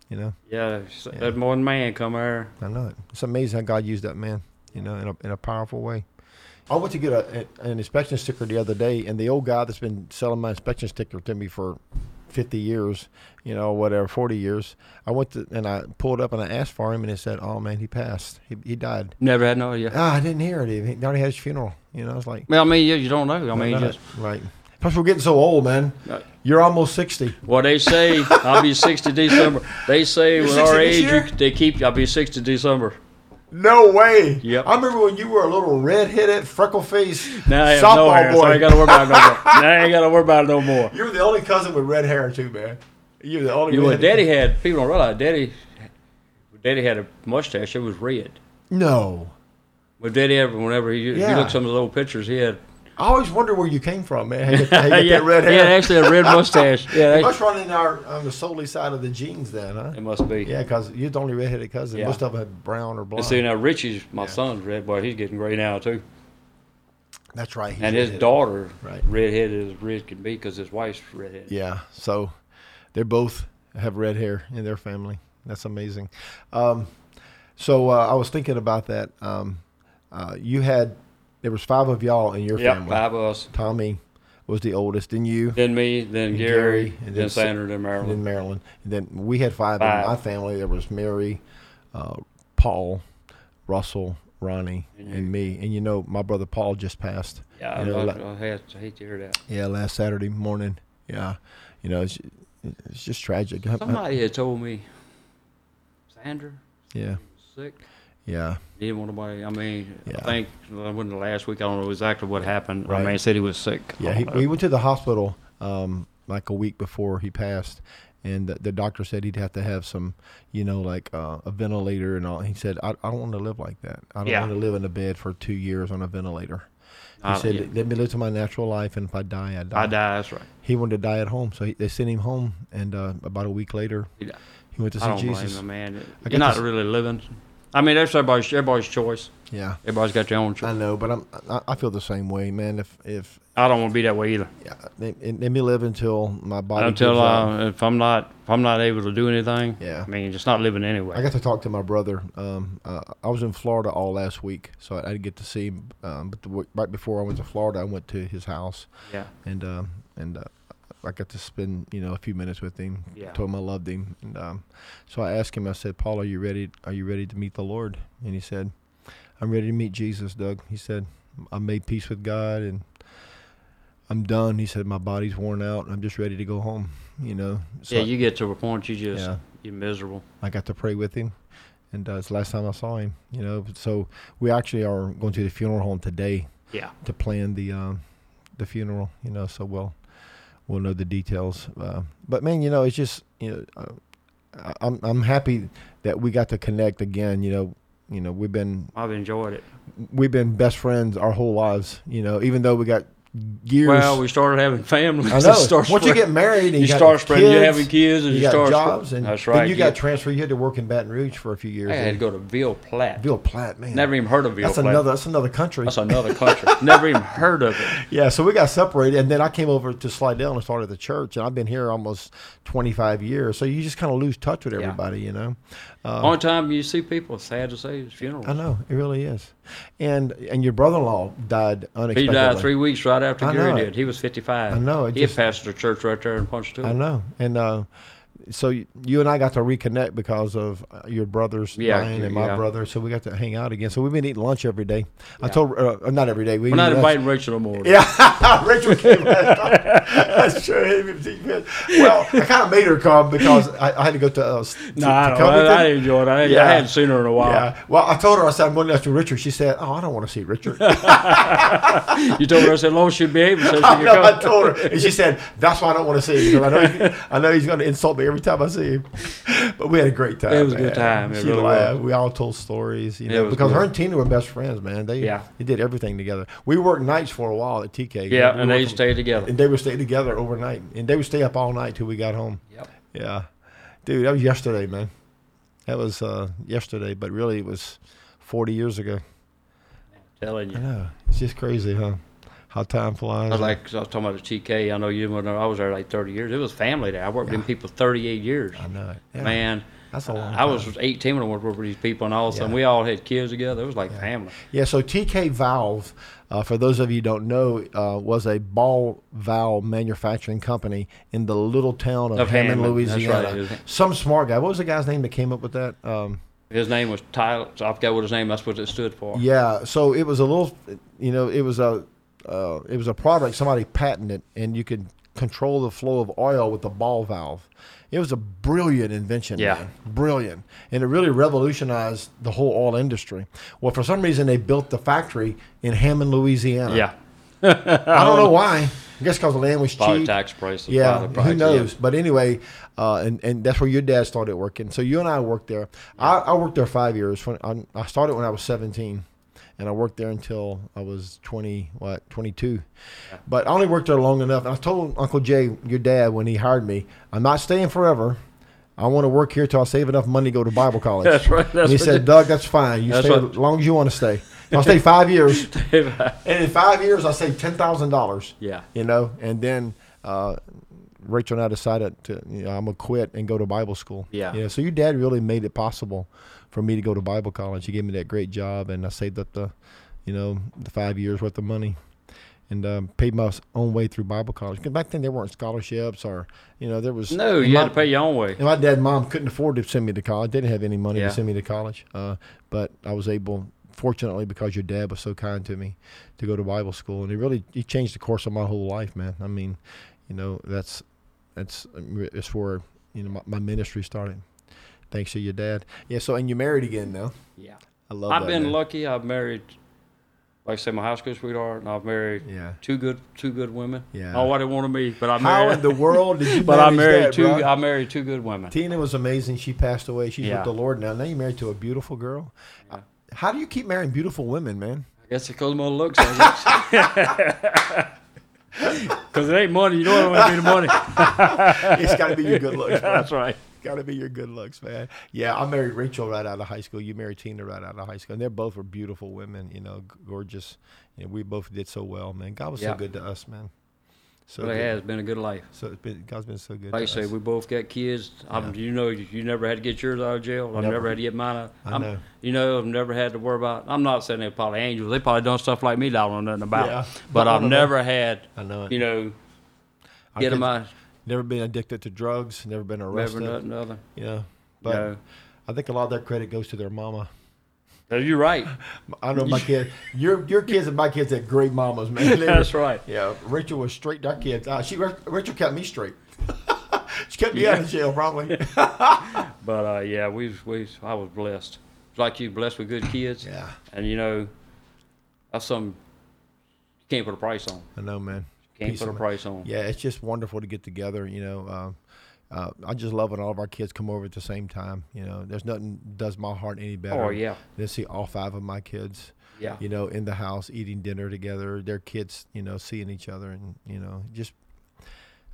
Speaker 1: You know,
Speaker 2: yeah. so That one man come there.
Speaker 1: I know it. It's amazing how God used that man. You know, in a in a powerful way. I went to get a, an inspection sticker the other day, and the old guy that's been selling my inspection sticker to me for 50 years, you know, whatever, 40 years, I went to, and I pulled up and I asked for him, and he said, Oh, man, he passed. He, he died.
Speaker 2: Never had no idea.
Speaker 1: Ah, I didn't hear it. He already had his funeral. You know, I was like,
Speaker 2: Well, I mean, you, you don't know. I mean, you
Speaker 1: "Nah."
Speaker 2: just
Speaker 1: right. Plus, we're getting so old, man.
Speaker 2: Uh,
Speaker 1: You're almost 60.
Speaker 2: Well, they say I'll be 60 December. They say with
Speaker 1: 60
Speaker 2: our
Speaker 1: this
Speaker 2: age, you,
Speaker 1: year?
Speaker 2: they keep I'll be 60 December.
Speaker 1: No way.
Speaker 2: Yep.
Speaker 1: I remember when you were a little red-headed, freckle-faced
Speaker 2: Now I have
Speaker 1: softball
Speaker 2: no hair,
Speaker 1: boy.
Speaker 2: so I ain't got to worry about it no more. Now I ain't got to worry about it no more.
Speaker 1: you were the only cousin with red hair too, man. You were the only.
Speaker 2: You know, what
Speaker 1: red-headed-
Speaker 2: Daddy had people don't realize Daddy, Daddy had a mustache. It was red.
Speaker 1: No.
Speaker 2: But Daddy ever whenever he, if
Speaker 1: Yeah.
Speaker 2: you look at some of the old pictures, he had
Speaker 1: I always wonder where you came from, man. How you got, how you got
Speaker 2: yeah,
Speaker 1: that red
Speaker 2: he had
Speaker 1: hair.
Speaker 2: actually a red mustache. Yeah,
Speaker 1: it
Speaker 2: that,
Speaker 1: must run in our on the solely side of the jeans, then, huh?
Speaker 2: it must be.
Speaker 1: Yeah, because you're the only red-headed cousin.
Speaker 2: Yeah.
Speaker 1: Most of them had brown or
Speaker 2: And
Speaker 1: blonde.
Speaker 2: see now Richie's my son's red boy. He's getting gray now too.
Speaker 1: That's right. he's
Speaker 2: And his
Speaker 1: red-headed.
Speaker 2: daughter,
Speaker 1: Right.
Speaker 2: redheaded as red can be, because his wife's redheaded.
Speaker 1: Yeah. So they both have red hair in their family. That's amazing. Um, so uh, I was thinking about that. Um, uh, you had there was five of y'all in your
Speaker 2: Yep,
Speaker 1: family.
Speaker 2: five of us.
Speaker 1: Tommy was the oldest, then you,
Speaker 2: Then me, then
Speaker 1: Gary,
Speaker 2: Gary,
Speaker 1: and
Speaker 2: then,
Speaker 1: then Sa-
Speaker 2: Sandra, then
Speaker 1: and
Speaker 2: Marilyn.
Speaker 1: then Marilyn. And then we had five,
Speaker 2: Five.
Speaker 1: in my family. There was Mary, uh, Paul, Russell, Ronnie,
Speaker 2: And you.
Speaker 1: and me. And you know, my brother Paul just passed.
Speaker 2: yeah,
Speaker 1: You know,
Speaker 2: I,
Speaker 1: la-
Speaker 2: I, I had to hate to hear that.
Speaker 1: yeah, last Saturday morning. Yeah, you know, it's, it's just tragic.
Speaker 2: Somebody had told me Sandra
Speaker 1: Yeah,
Speaker 2: was sick.
Speaker 1: yeah.
Speaker 2: Didn't want nobody. I mean,
Speaker 1: Yeah.
Speaker 2: I think uh, when the last week, I don't know exactly what happened.
Speaker 1: Right.
Speaker 2: I mean, he said he was sick.
Speaker 1: Yeah,
Speaker 2: I
Speaker 1: he,
Speaker 2: don't know.
Speaker 1: he went to the hospital um, like a week before he passed, and the, the doctor said he'd have to have some, you know, like uh, a ventilator and all. He said, I, I don't want to live like that. I don't
Speaker 2: Yeah.
Speaker 1: want to live in a bed for two years on a ventilator. He
Speaker 2: I-
Speaker 1: said,
Speaker 2: Ah, yeah.
Speaker 1: let me live to my natural life, and if I die, I die.
Speaker 2: I die. That's right.
Speaker 1: He wanted to die at home, so he, they sent him home, and uh, about a week later,
Speaker 2: He died.
Speaker 1: he went to
Speaker 2: I
Speaker 1: see
Speaker 2: don't
Speaker 1: Jesus.
Speaker 2: blame the man.
Speaker 1: I got
Speaker 2: You're not
Speaker 1: this-
Speaker 2: really living. I mean, that's everybody's, everybody's choice.
Speaker 1: Yeah,
Speaker 2: Everybody's got their own
Speaker 1: I
Speaker 2: choice.
Speaker 1: know, but I'm, I, I feel the same way, man. If if
Speaker 2: I don't want to be that way either.
Speaker 1: yeah, let, let me live until my body
Speaker 2: Until
Speaker 1: gives out.
Speaker 2: uh, if I'm not if I'm not able to do anything,
Speaker 1: Yeah.
Speaker 2: I mean, it's not living anyway.
Speaker 1: I got to talk to my brother. Um, uh, I was in Florida all last week, so I, I didn't get to see him. Um, but the, w- right before I went to Florida, I went to his house,
Speaker 2: yeah,
Speaker 1: and um, and uh, I got to spend you know a few minutes with him.
Speaker 2: Yeah.
Speaker 1: Told him I loved him, and um, so I asked him. I said, "Paul, are you ready? Are you ready to meet the Lord?" And he said, "I'm ready to meet Jesus, Doug." He said, "I made peace with God, and I'm done." He said, "My body's worn out. I'm just ready to go home." You know. So
Speaker 2: yeah.
Speaker 1: I-
Speaker 2: You get to a point you just
Speaker 1: Yeah.
Speaker 2: you're miserable.
Speaker 1: I got to pray with him, and uh, it's the last time I saw him. You know, so we actually are going to the funeral home today
Speaker 2: Yeah,
Speaker 1: to plan the um, the funeral. You know, so we'll we'll know the details. Uh, but man, you know, it's just you know, uh, I, I'm I'm happy that we got to connect again. You know, you know, we've been
Speaker 2: I've enjoyed it.
Speaker 1: we've been best friends our whole lives. You know, even though we got years.
Speaker 2: Well, we started having families.
Speaker 1: I
Speaker 2: It
Speaker 1: know.
Speaker 2: starts
Speaker 1: Once you
Speaker 2: spread-
Speaker 1: get married and you,
Speaker 2: you
Speaker 1: got
Speaker 2: start spreading,
Speaker 1: kids,
Speaker 2: you're having kids, and
Speaker 1: you
Speaker 2: you,
Speaker 1: got
Speaker 2: start
Speaker 1: jobs, and
Speaker 2: that's
Speaker 1: Then
Speaker 2: right.
Speaker 1: you got transferred. You had to work in Baton Rouge for a few years.
Speaker 2: I had
Speaker 1: didn't
Speaker 2: to go to Ville Platte.
Speaker 1: Bill Platt, man.
Speaker 2: Never even heard of Ville
Speaker 1: that's
Speaker 2: Platte.
Speaker 1: another. That's another country.
Speaker 2: That's another country. Never even heard of it.
Speaker 1: yeah. So we got separated, and then I came over to Slidell and started the church, and I've been here almost 25 years. So you just kind of lose touch with
Speaker 2: Yeah.
Speaker 1: everybody, you know. Uh,
Speaker 2: Only time you see people, it's sad to say, is funerals.
Speaker 1: I know it really is, and and your brother-in-law died
Speaker 2: He
Speaker 1: unexpectedly.
Speaker 2: died three weeks right after
Speaker 1: I
Speaker 2: Gary
Speaker 1: know it.
Speaker 2: did. He was 55.
Speaker 1: I know, it
Speaker 2: He had
Speaker 1: just-
Speaker 2: passed the church right there in Punchatoula.
Speaker 1: I know, and uh, so y- you and I got to reconnect because of uh, your brother's
Speaker 2: Yeah,
Speaker 1: dying and my
Speaker 2: yeah.
Speaker 1: brother, so we got to hang out again. So we've been eating lunch every day. I
Speaker 2: Yeah.
Speaker 1: told uh, not every day. We
Speaker 2: We're not
Speaker 1: eat lunch-
Speaker 2: inviting Rachel no more.
Speaker 1: Yeah, Rachel came last time. That's true. Well, I kind of made her come because I, I had to go to. Uh, s- to-
Speaker 2: No, I
Speaker 1: to
Speaker 2: don't. I, I
Speaker 1: Covington.
Speaker 2: enjoyed it. I,
Speaker 1: Yeah.
Speaker 2: I hadn't seen her in a while.
Speaker 1: Yeah. Well, I told her I said I'm going down to Richard. She said, "Oh, I don't want to see Richard."
Speaker 2: You told her I said, "Long she behaved, so she
Speaker 1: I,
Speaker 2: can
Speaker 1: know, I
Speaker 2: come."
Speaker 1: told her, and she said, "That's why I don't want to see him. 'cause I know, he, I know he's going to insult me every time I see him." But we had a great time.
Speaker 2: It was a good
Speaker 1: man.
Speaker 2: time. It
Speaker 1: She
Speaker 2: really
Speaker 1: laughed. We all told stories, you know,
Speaker 2: was
Speaker 1: because her
Speaker 2: good.
Speaker 1: and Tina were best friends, man. They
Speaker 2: Yeah.
Speaker 1: they did everything together. We worked nights for a while at TK.
Speaker 2: Yeah,
Speaker 1: We
Speaker 2: and they
Speaker 1: worked-
Speaker 2: stayed together.
Speaker 1: and they would stay together overnight, and they would stay up all night till we got home.
Speaker 2: Yep.
Speaker 1: Yeah, dude, that was yesterday, man. That was uh, yesterday, but really it was 40 years ago.
Speaker 2: Telling
Speaker 1: I
Speaker 2: you.
Speaker 1: know it's just crazy, huh? How time
Speaker 2: I
Speaker 1: flies.
Speaker 2: was like, I was talking about the TK. I know you didn't know. I was there like 30 years. It was family there. I worked with them people 38 years.
Speaker 1: I know it. Yeah.
Speaker 2: Man,
Speaker 1: That's a long
Speaker 2: I was 18 when I worked with these people, and all of a sudden
Speaker 1: Yeah.
Speaker 2: we all had kids together. It was like family.
Speaker 1: Yeah, so TK Valve, uh, for those of you who don't know, uh, was a ball valve manufacturing company in the little town of,
Speaker 2: Of
Speaker 1: Hammond,
Speaker 2: Hammond, that's right,
Speaker 1: Louisiana.
Speaker 2: it is.
Speaker 1: Some smart guy. What was the guy's name that came up with that? Um,
Speaker 2: His name was Tyler. I forgot what his name. That's what it stood for.
Speaker 1: yeah, so it was a little, you know, it was a, uh, it was a product somebody patented, and you could control the flow of oil with the ball valve. It was a brilliant invention.
Speaker 2: Yeah.
Speaker 1: man. brilliant, and it really revolutionized the whole oil industry. Well, for some reason, they built the factory in Hammond, Louisiana.
Speaker 2: Yeah.
Speaker 1: I don't know why. I guess because the land was
Speaker 2: Probably
Speaker 1: cheap.
Speaker 2: tax prices.
Speaker 1: yeah,
Speaker 2: probably, probably,
Speaker 1: who knows? But anyway, uh, and and that's where your dad started working. So you and I worked there. I, I worked there five years. When I, I started when I was seventeen, and I worked there until I was twenty, what twenty two. But I only worked there long enough. And I told Uncle Jay, your dad, when he hired me, I'm not staying forever. I want to work here till I save enough money to go to Bible college.
Speaker 2: That's right, that's
Speaker 1: and he
Speaker 2: what
Speaker 1: said,
Speaker 2: you-
Speaker 1: Doug, that's fine. You
Speaker 2: That's
Speaker 1: stay
Speaker 2: what-
Speaker 1: as long as you want to stay. I'll stay five years.
Speaker 2: Yeah.
Speaker 1: And in five years, I saved ten thousand dollars.
Speaker 2: Yeah.
Speaker 1: you know, and then uh, Rachel and I decided to, you know, I'm gonna quit and go to Bible school.
Speaker 2: Yeah.
Speaker 1: you know, so your dad really made it possible for me to go to Bible college. He gave me that great job, and I saved up the, you know, the five years worth of money, and um, paid my own way through Bible college. 'Cause back then there weren't scholarships, or you know, there was
Speaker 2: No,
Speaker 1: and
Speaker 2: you
Speaker 1: my-
Speaker 2: had to pay your own way.
Speaker 1: and my dad and mom couldn't afford to send me to college. They didn't have any money
Speaker 2: Yeah.
Speaker 1: to send me to college. Uh, but I was able, fortunately, because your dad was so kind to me, to go to Bible school, and it really he changed the course of my whole life, man. I mean, you know, that's that's it's where you know my, my ministry started, thanks to your dad. Yeah. So and you married again now.
Speaker 2: Yeah.
Speaker 1: I love.
Speaker 2: I've
Speaker 1: that,
Speaker 2: been
Speaker 1: man.
Speaker 2: lucky. I've married, like I said, my high school sweetheart, and I've married
Speaker 1: Yeah.
Speaker 2: two good two good women.
Speaker 1: Yeah.
Speaker 2: Oh, what they wanted me, but I
Speaker 1: How
Speaker 2: married.
Speaker 1: in the world did you?
Speaker 2: but I
Speaker 1: manage
Speaker 2: married
Speaker 1: that,
Speaker 2: two.
Speaker 1: bro?
Speaker 2: I married two good women.
Speaker 1: Tina was amazing. She passed away. She's
Speaker 2: Yeah.
Speaker 1: with the Lord now. Now you're married to a beautiful girl.
Speaker 2: Yeah.
Speaker 1: How do you keep marrying beautiful women, man?
Speaker 2: I guess it goes more looks. Because it ain't money. You know what I mean? The money.
Speaker 1: it's got to be your good looks. bro.
Speaker 2: That's right.
Speaker 1: Got to be your good looks, man. Yeah, I married Rachel right out of high school. You married Tina right out of high school, and they're both were beautiful women. You know, g- gorgeous. You know, we both did so well, man. God was so
Speaker 2: Yeah.
Speaker 1: good to us, man. So
Speaker 2: But it
Speaker 1: good.
Speaker 2: has been a good life.
Speaker 1: So it's been God's been so good.
Speaker 2: Like I
Speaker 1: to
Speaker 2: say,
Speaker 1: us.
Speaker 2: we both got kids. I'm, you know, you never had to get yours out of jail. I've
Speaker 1: Never.
Speaker 2: never, had to get mine out.
Speaker 1: I
Speaker 2: I'm-
Speaker 1: know.
Speaker 2: You know, I've never had to worry about. I'm not saying they're probably angels. They probably done stuff like me that I don't know nothing about.
Speaker 1: Yeah.
Speaker 2: But
Speaker 1: I
Speaker 2: I've
Speaker 1: don't know.
Speaker 2: never had,
Speaker 1: I know it.
Speaker 2: you know,
Speaker 1: Our
Speaker 2: get them
Speaker 1: kids-
Speaker 2: out,
Speaker 1: Never been addicted to drugs. Never been
Speaker 2: never
Speaker 1: arrested.
Speaker 2: nothing other.
Speaker 1: You know, but
Speaker 2: No.
Speaker 1: I think a lot of their credit goes to their mama.
Speaker 2: No, You're right.
Speaker 1: I know my kids. Your your kids and my kids had great mamas, man. They were-
Speaker 2: That's right.
Speaker 1: Yeah, Rachel was straight. Our kids. Uh, she Rachel kept me straight. she kept me out of jail, probably.
Speaker 2: But uh, yeah, we we I was blessed. Like you, blessed with good kids.
Speaker 1: Yeah.
Speaker 2: And you know, that's something you can't put a price on.
Speaker 1: I know, man.
Speaker 2: Can't
Speaker 1: Peace
Speaker 2: put a
Speaker 1: of mi-
Speaker 2: price on.
Speaker 1: Yeah, it's just wonderful to get together. You know, um, uh, I just love when all of our kids come over at the same time. You know, there's nothing does my heart any better.
Speaker 2: Oh, yeah.
Speaker 1: than to see all five of my kids.
Speaker 2: Yeah.
Speaker 1: You know, in the house eating dinner together, their kids. You know, seeing each other, and you know, just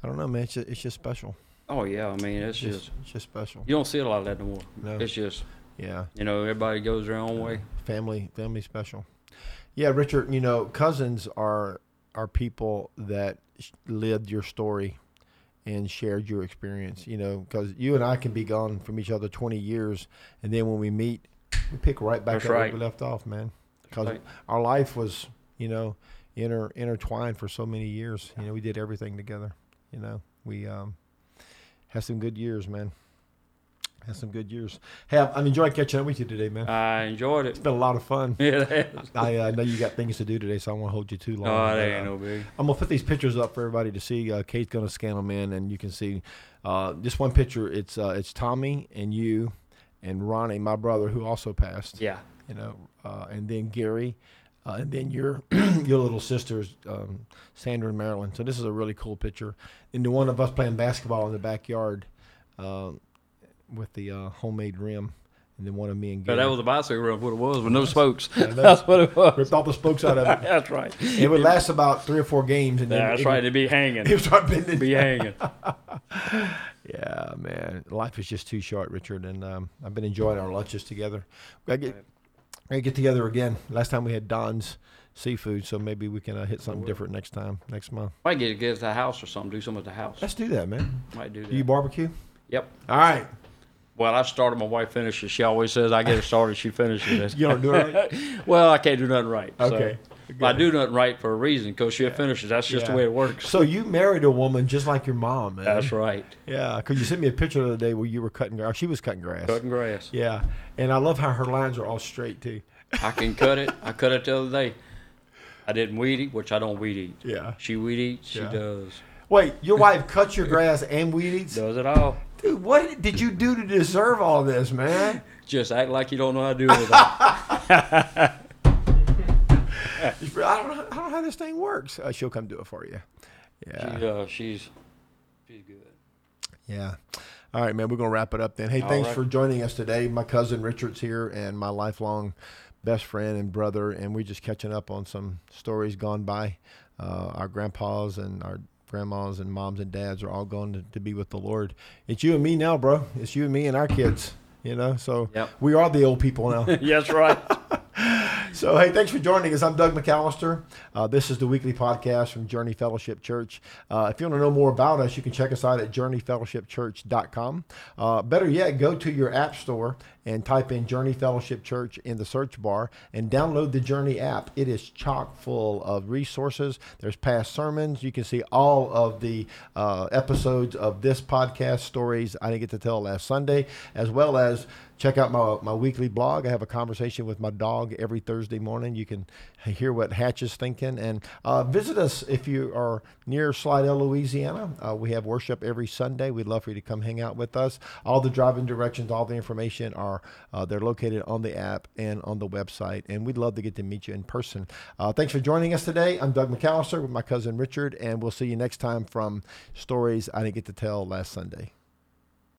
Speaker 1: I don't know, man. It's just, it's just special.
Speaker 2: Oh yeah, I mean it's
Speaker 1: It's
Speaker 2: just
Speaker 1: just, it's just special.
Speaker 2: you don't see a lot of that no more.
Speaker 1: No.
Speaker 2: It's just
Speaker 1: Yeah.
Speaker 2: you know everybody goes their own way.
Speaker 1: family family special yeah richard you know cousins are are people that sh- lived your story and shared your experience you know because you and i can be gone from each other 20 years and then when we meet we pick right back
Speaker 2: That's
Speaker 1: up
Speaker 2: right.
Speaker 1: where we left off man because
Speaker 2: right.
Speaker 1: our life was you know inter intertwined for so many years you know we did everything together you know we um had some good years man had some good years hey i'm I'm enjoying catching up with you today man
Speaker 2: I enjoyed it.
Speaker 1: it's been a lot of fun
Speaker 2: Yeah.
Speaker 1: I uh, know you got things to do today, so I won't hold you too long.
Speaker 2: no,
Speaker 1: But,
Speaker 2: that Oh, ain't
Speaker 1: uh,
Speaker 2: no big.
Speaker 1: I'm gonna put these pictures up for everybody to see. Uh, Kate's gonna scan them in, and you can see uh, this one picture. It's uh, it's Tommy and you, and Ronnie, my brother, who also passed.
Speaker 2: Yeah.
Speaker 1: You know, uh, and then Gary, uh, and then your your little sisters, um, Sandra and Marilyn. So this is a really cool picture. And the one of us playing basketball in the backyard, uh, with the uh, homemade rim, and then one of me and
Speaker 2: But
Speaker 1: Gary.
Speaker 2: that was a bicycle run. What it was with no spokes.
Speaker 1: know.
Speaker 2: That's what it was.
Speaker 1: ripped all the spokes out of it.
Speaker 2: That's right.
Speaker 1: It would last about three or four games, and then
Speaker 2: That's
Speaker 1: it,
Speaker 2: right. It'd be
Speaker 1: It
Speaker 2: hanging.
Speaker 1: would start bending.
Speaker 2: Be hanging.
Speaker 1: Yeah, man, life is just too short, Richard. And um, I've been enjoying our lunches together. I get, gotta get together again. Last time we had Don's seafood, so maybe we can uh, hit something different next time, next month.
Speaker 2: Might get get to the house or something. Do something at the house.
Speaker 1: Let's do that, man.
Speaker 2: Might do that.
Speaker 1: Do you barbecue?
Speaker 2: yep.
Speaker 1: All right.
Speaker 2: Well, I started. My wife finishes. She always says I get it started. She finishes it.
Speaker 1: You don't do it right?
Speaker 2: well, I can't do nothing right. so.
Speaker 1: Okay.
Speaker 2: But I do nothing right for a reason because she finishes. That's just
Speaker 1: Yeah.
Speaker 2: the way it works.
Speaker 1: So you married a woman just like your mom, man.
Speaker 2: That's right.
Speaker 1: Yeah, because you sent me a picture the other day where you were cutting grass. She was cutting grass.
Speaker 2: Cutting grass.
Speaker 1: Yeah, and I love how her lines are all straight too.
Speaker 2: I can cut it. I cut it the other day. I didn't weed eat, which I don't weed eat.
Speaker 1: Yeah.
Speaker 2: She weed eats. She
Speaker 1: Yeah.
Speaker 2: does.
Speaker 1: Wait, your wife cuts your grass and weed eats?
Speaker 2: Does it all.
Speaker 1: Dude, what did you do to deserve all this, man?
Speaker 2: Just act like you don't know how to do it. without-
Speaker 1: I don't, I don't know how this thing works. Uh, she'll come do it for you. Yeah.
Speaker 2: she, uh, she's she's good.
Speaker 1: Yeah. All right, man, we're going to wrap it up then. Hey, thanks
Speaker 2: right.
Speaker 1: for joining us today. My cousin Richard's here and my lifelong best friend and brother, and we're just catching up on some stories gone by. Uh, our grandpas and our grandmas and moms and dads are all going to, to be with the Lord. It's you and me now, bro. It's you and me and our kids, you know? So
Speaker 2: Yep.
Speaker 1: we are the old people now.
Speaker 2: Yes, right.
Speaker 1: So, hey, thanks for joining us. I'm Doug McAllister. Uh, this is the weekly podcast from Journey Fellowship Church. Uh, if you want to know more about us, you can check us out at journeyfellowshipchurch.com. Uh, better yet, go to your app store and type in Journey Fellowship Church in the search bar and download the Journey app. It is chock full of resources. There's past sermons. You can see all of the uh, episodes of this podcast, Stories I Didn't Get to Tell Last Sunday, as well as check out my, my weekly blog. I have a conversation with my dog every Thursday morning. You can hear what Hatch is thinking. And uh, visit us if you are near Slidell, Louisiana. Uh, we have worship every Sunday. We'd love for you to come hang out with us. All the driving directions, all the information are uh, they're located on the app and on the website. And we'd love to get to meet you in person. Uh, thanks for joining us today. I'm Doug McAllister with my cousin Richard, and we'll see you next time from Stories I Didn't Get to Tell Last Sunday.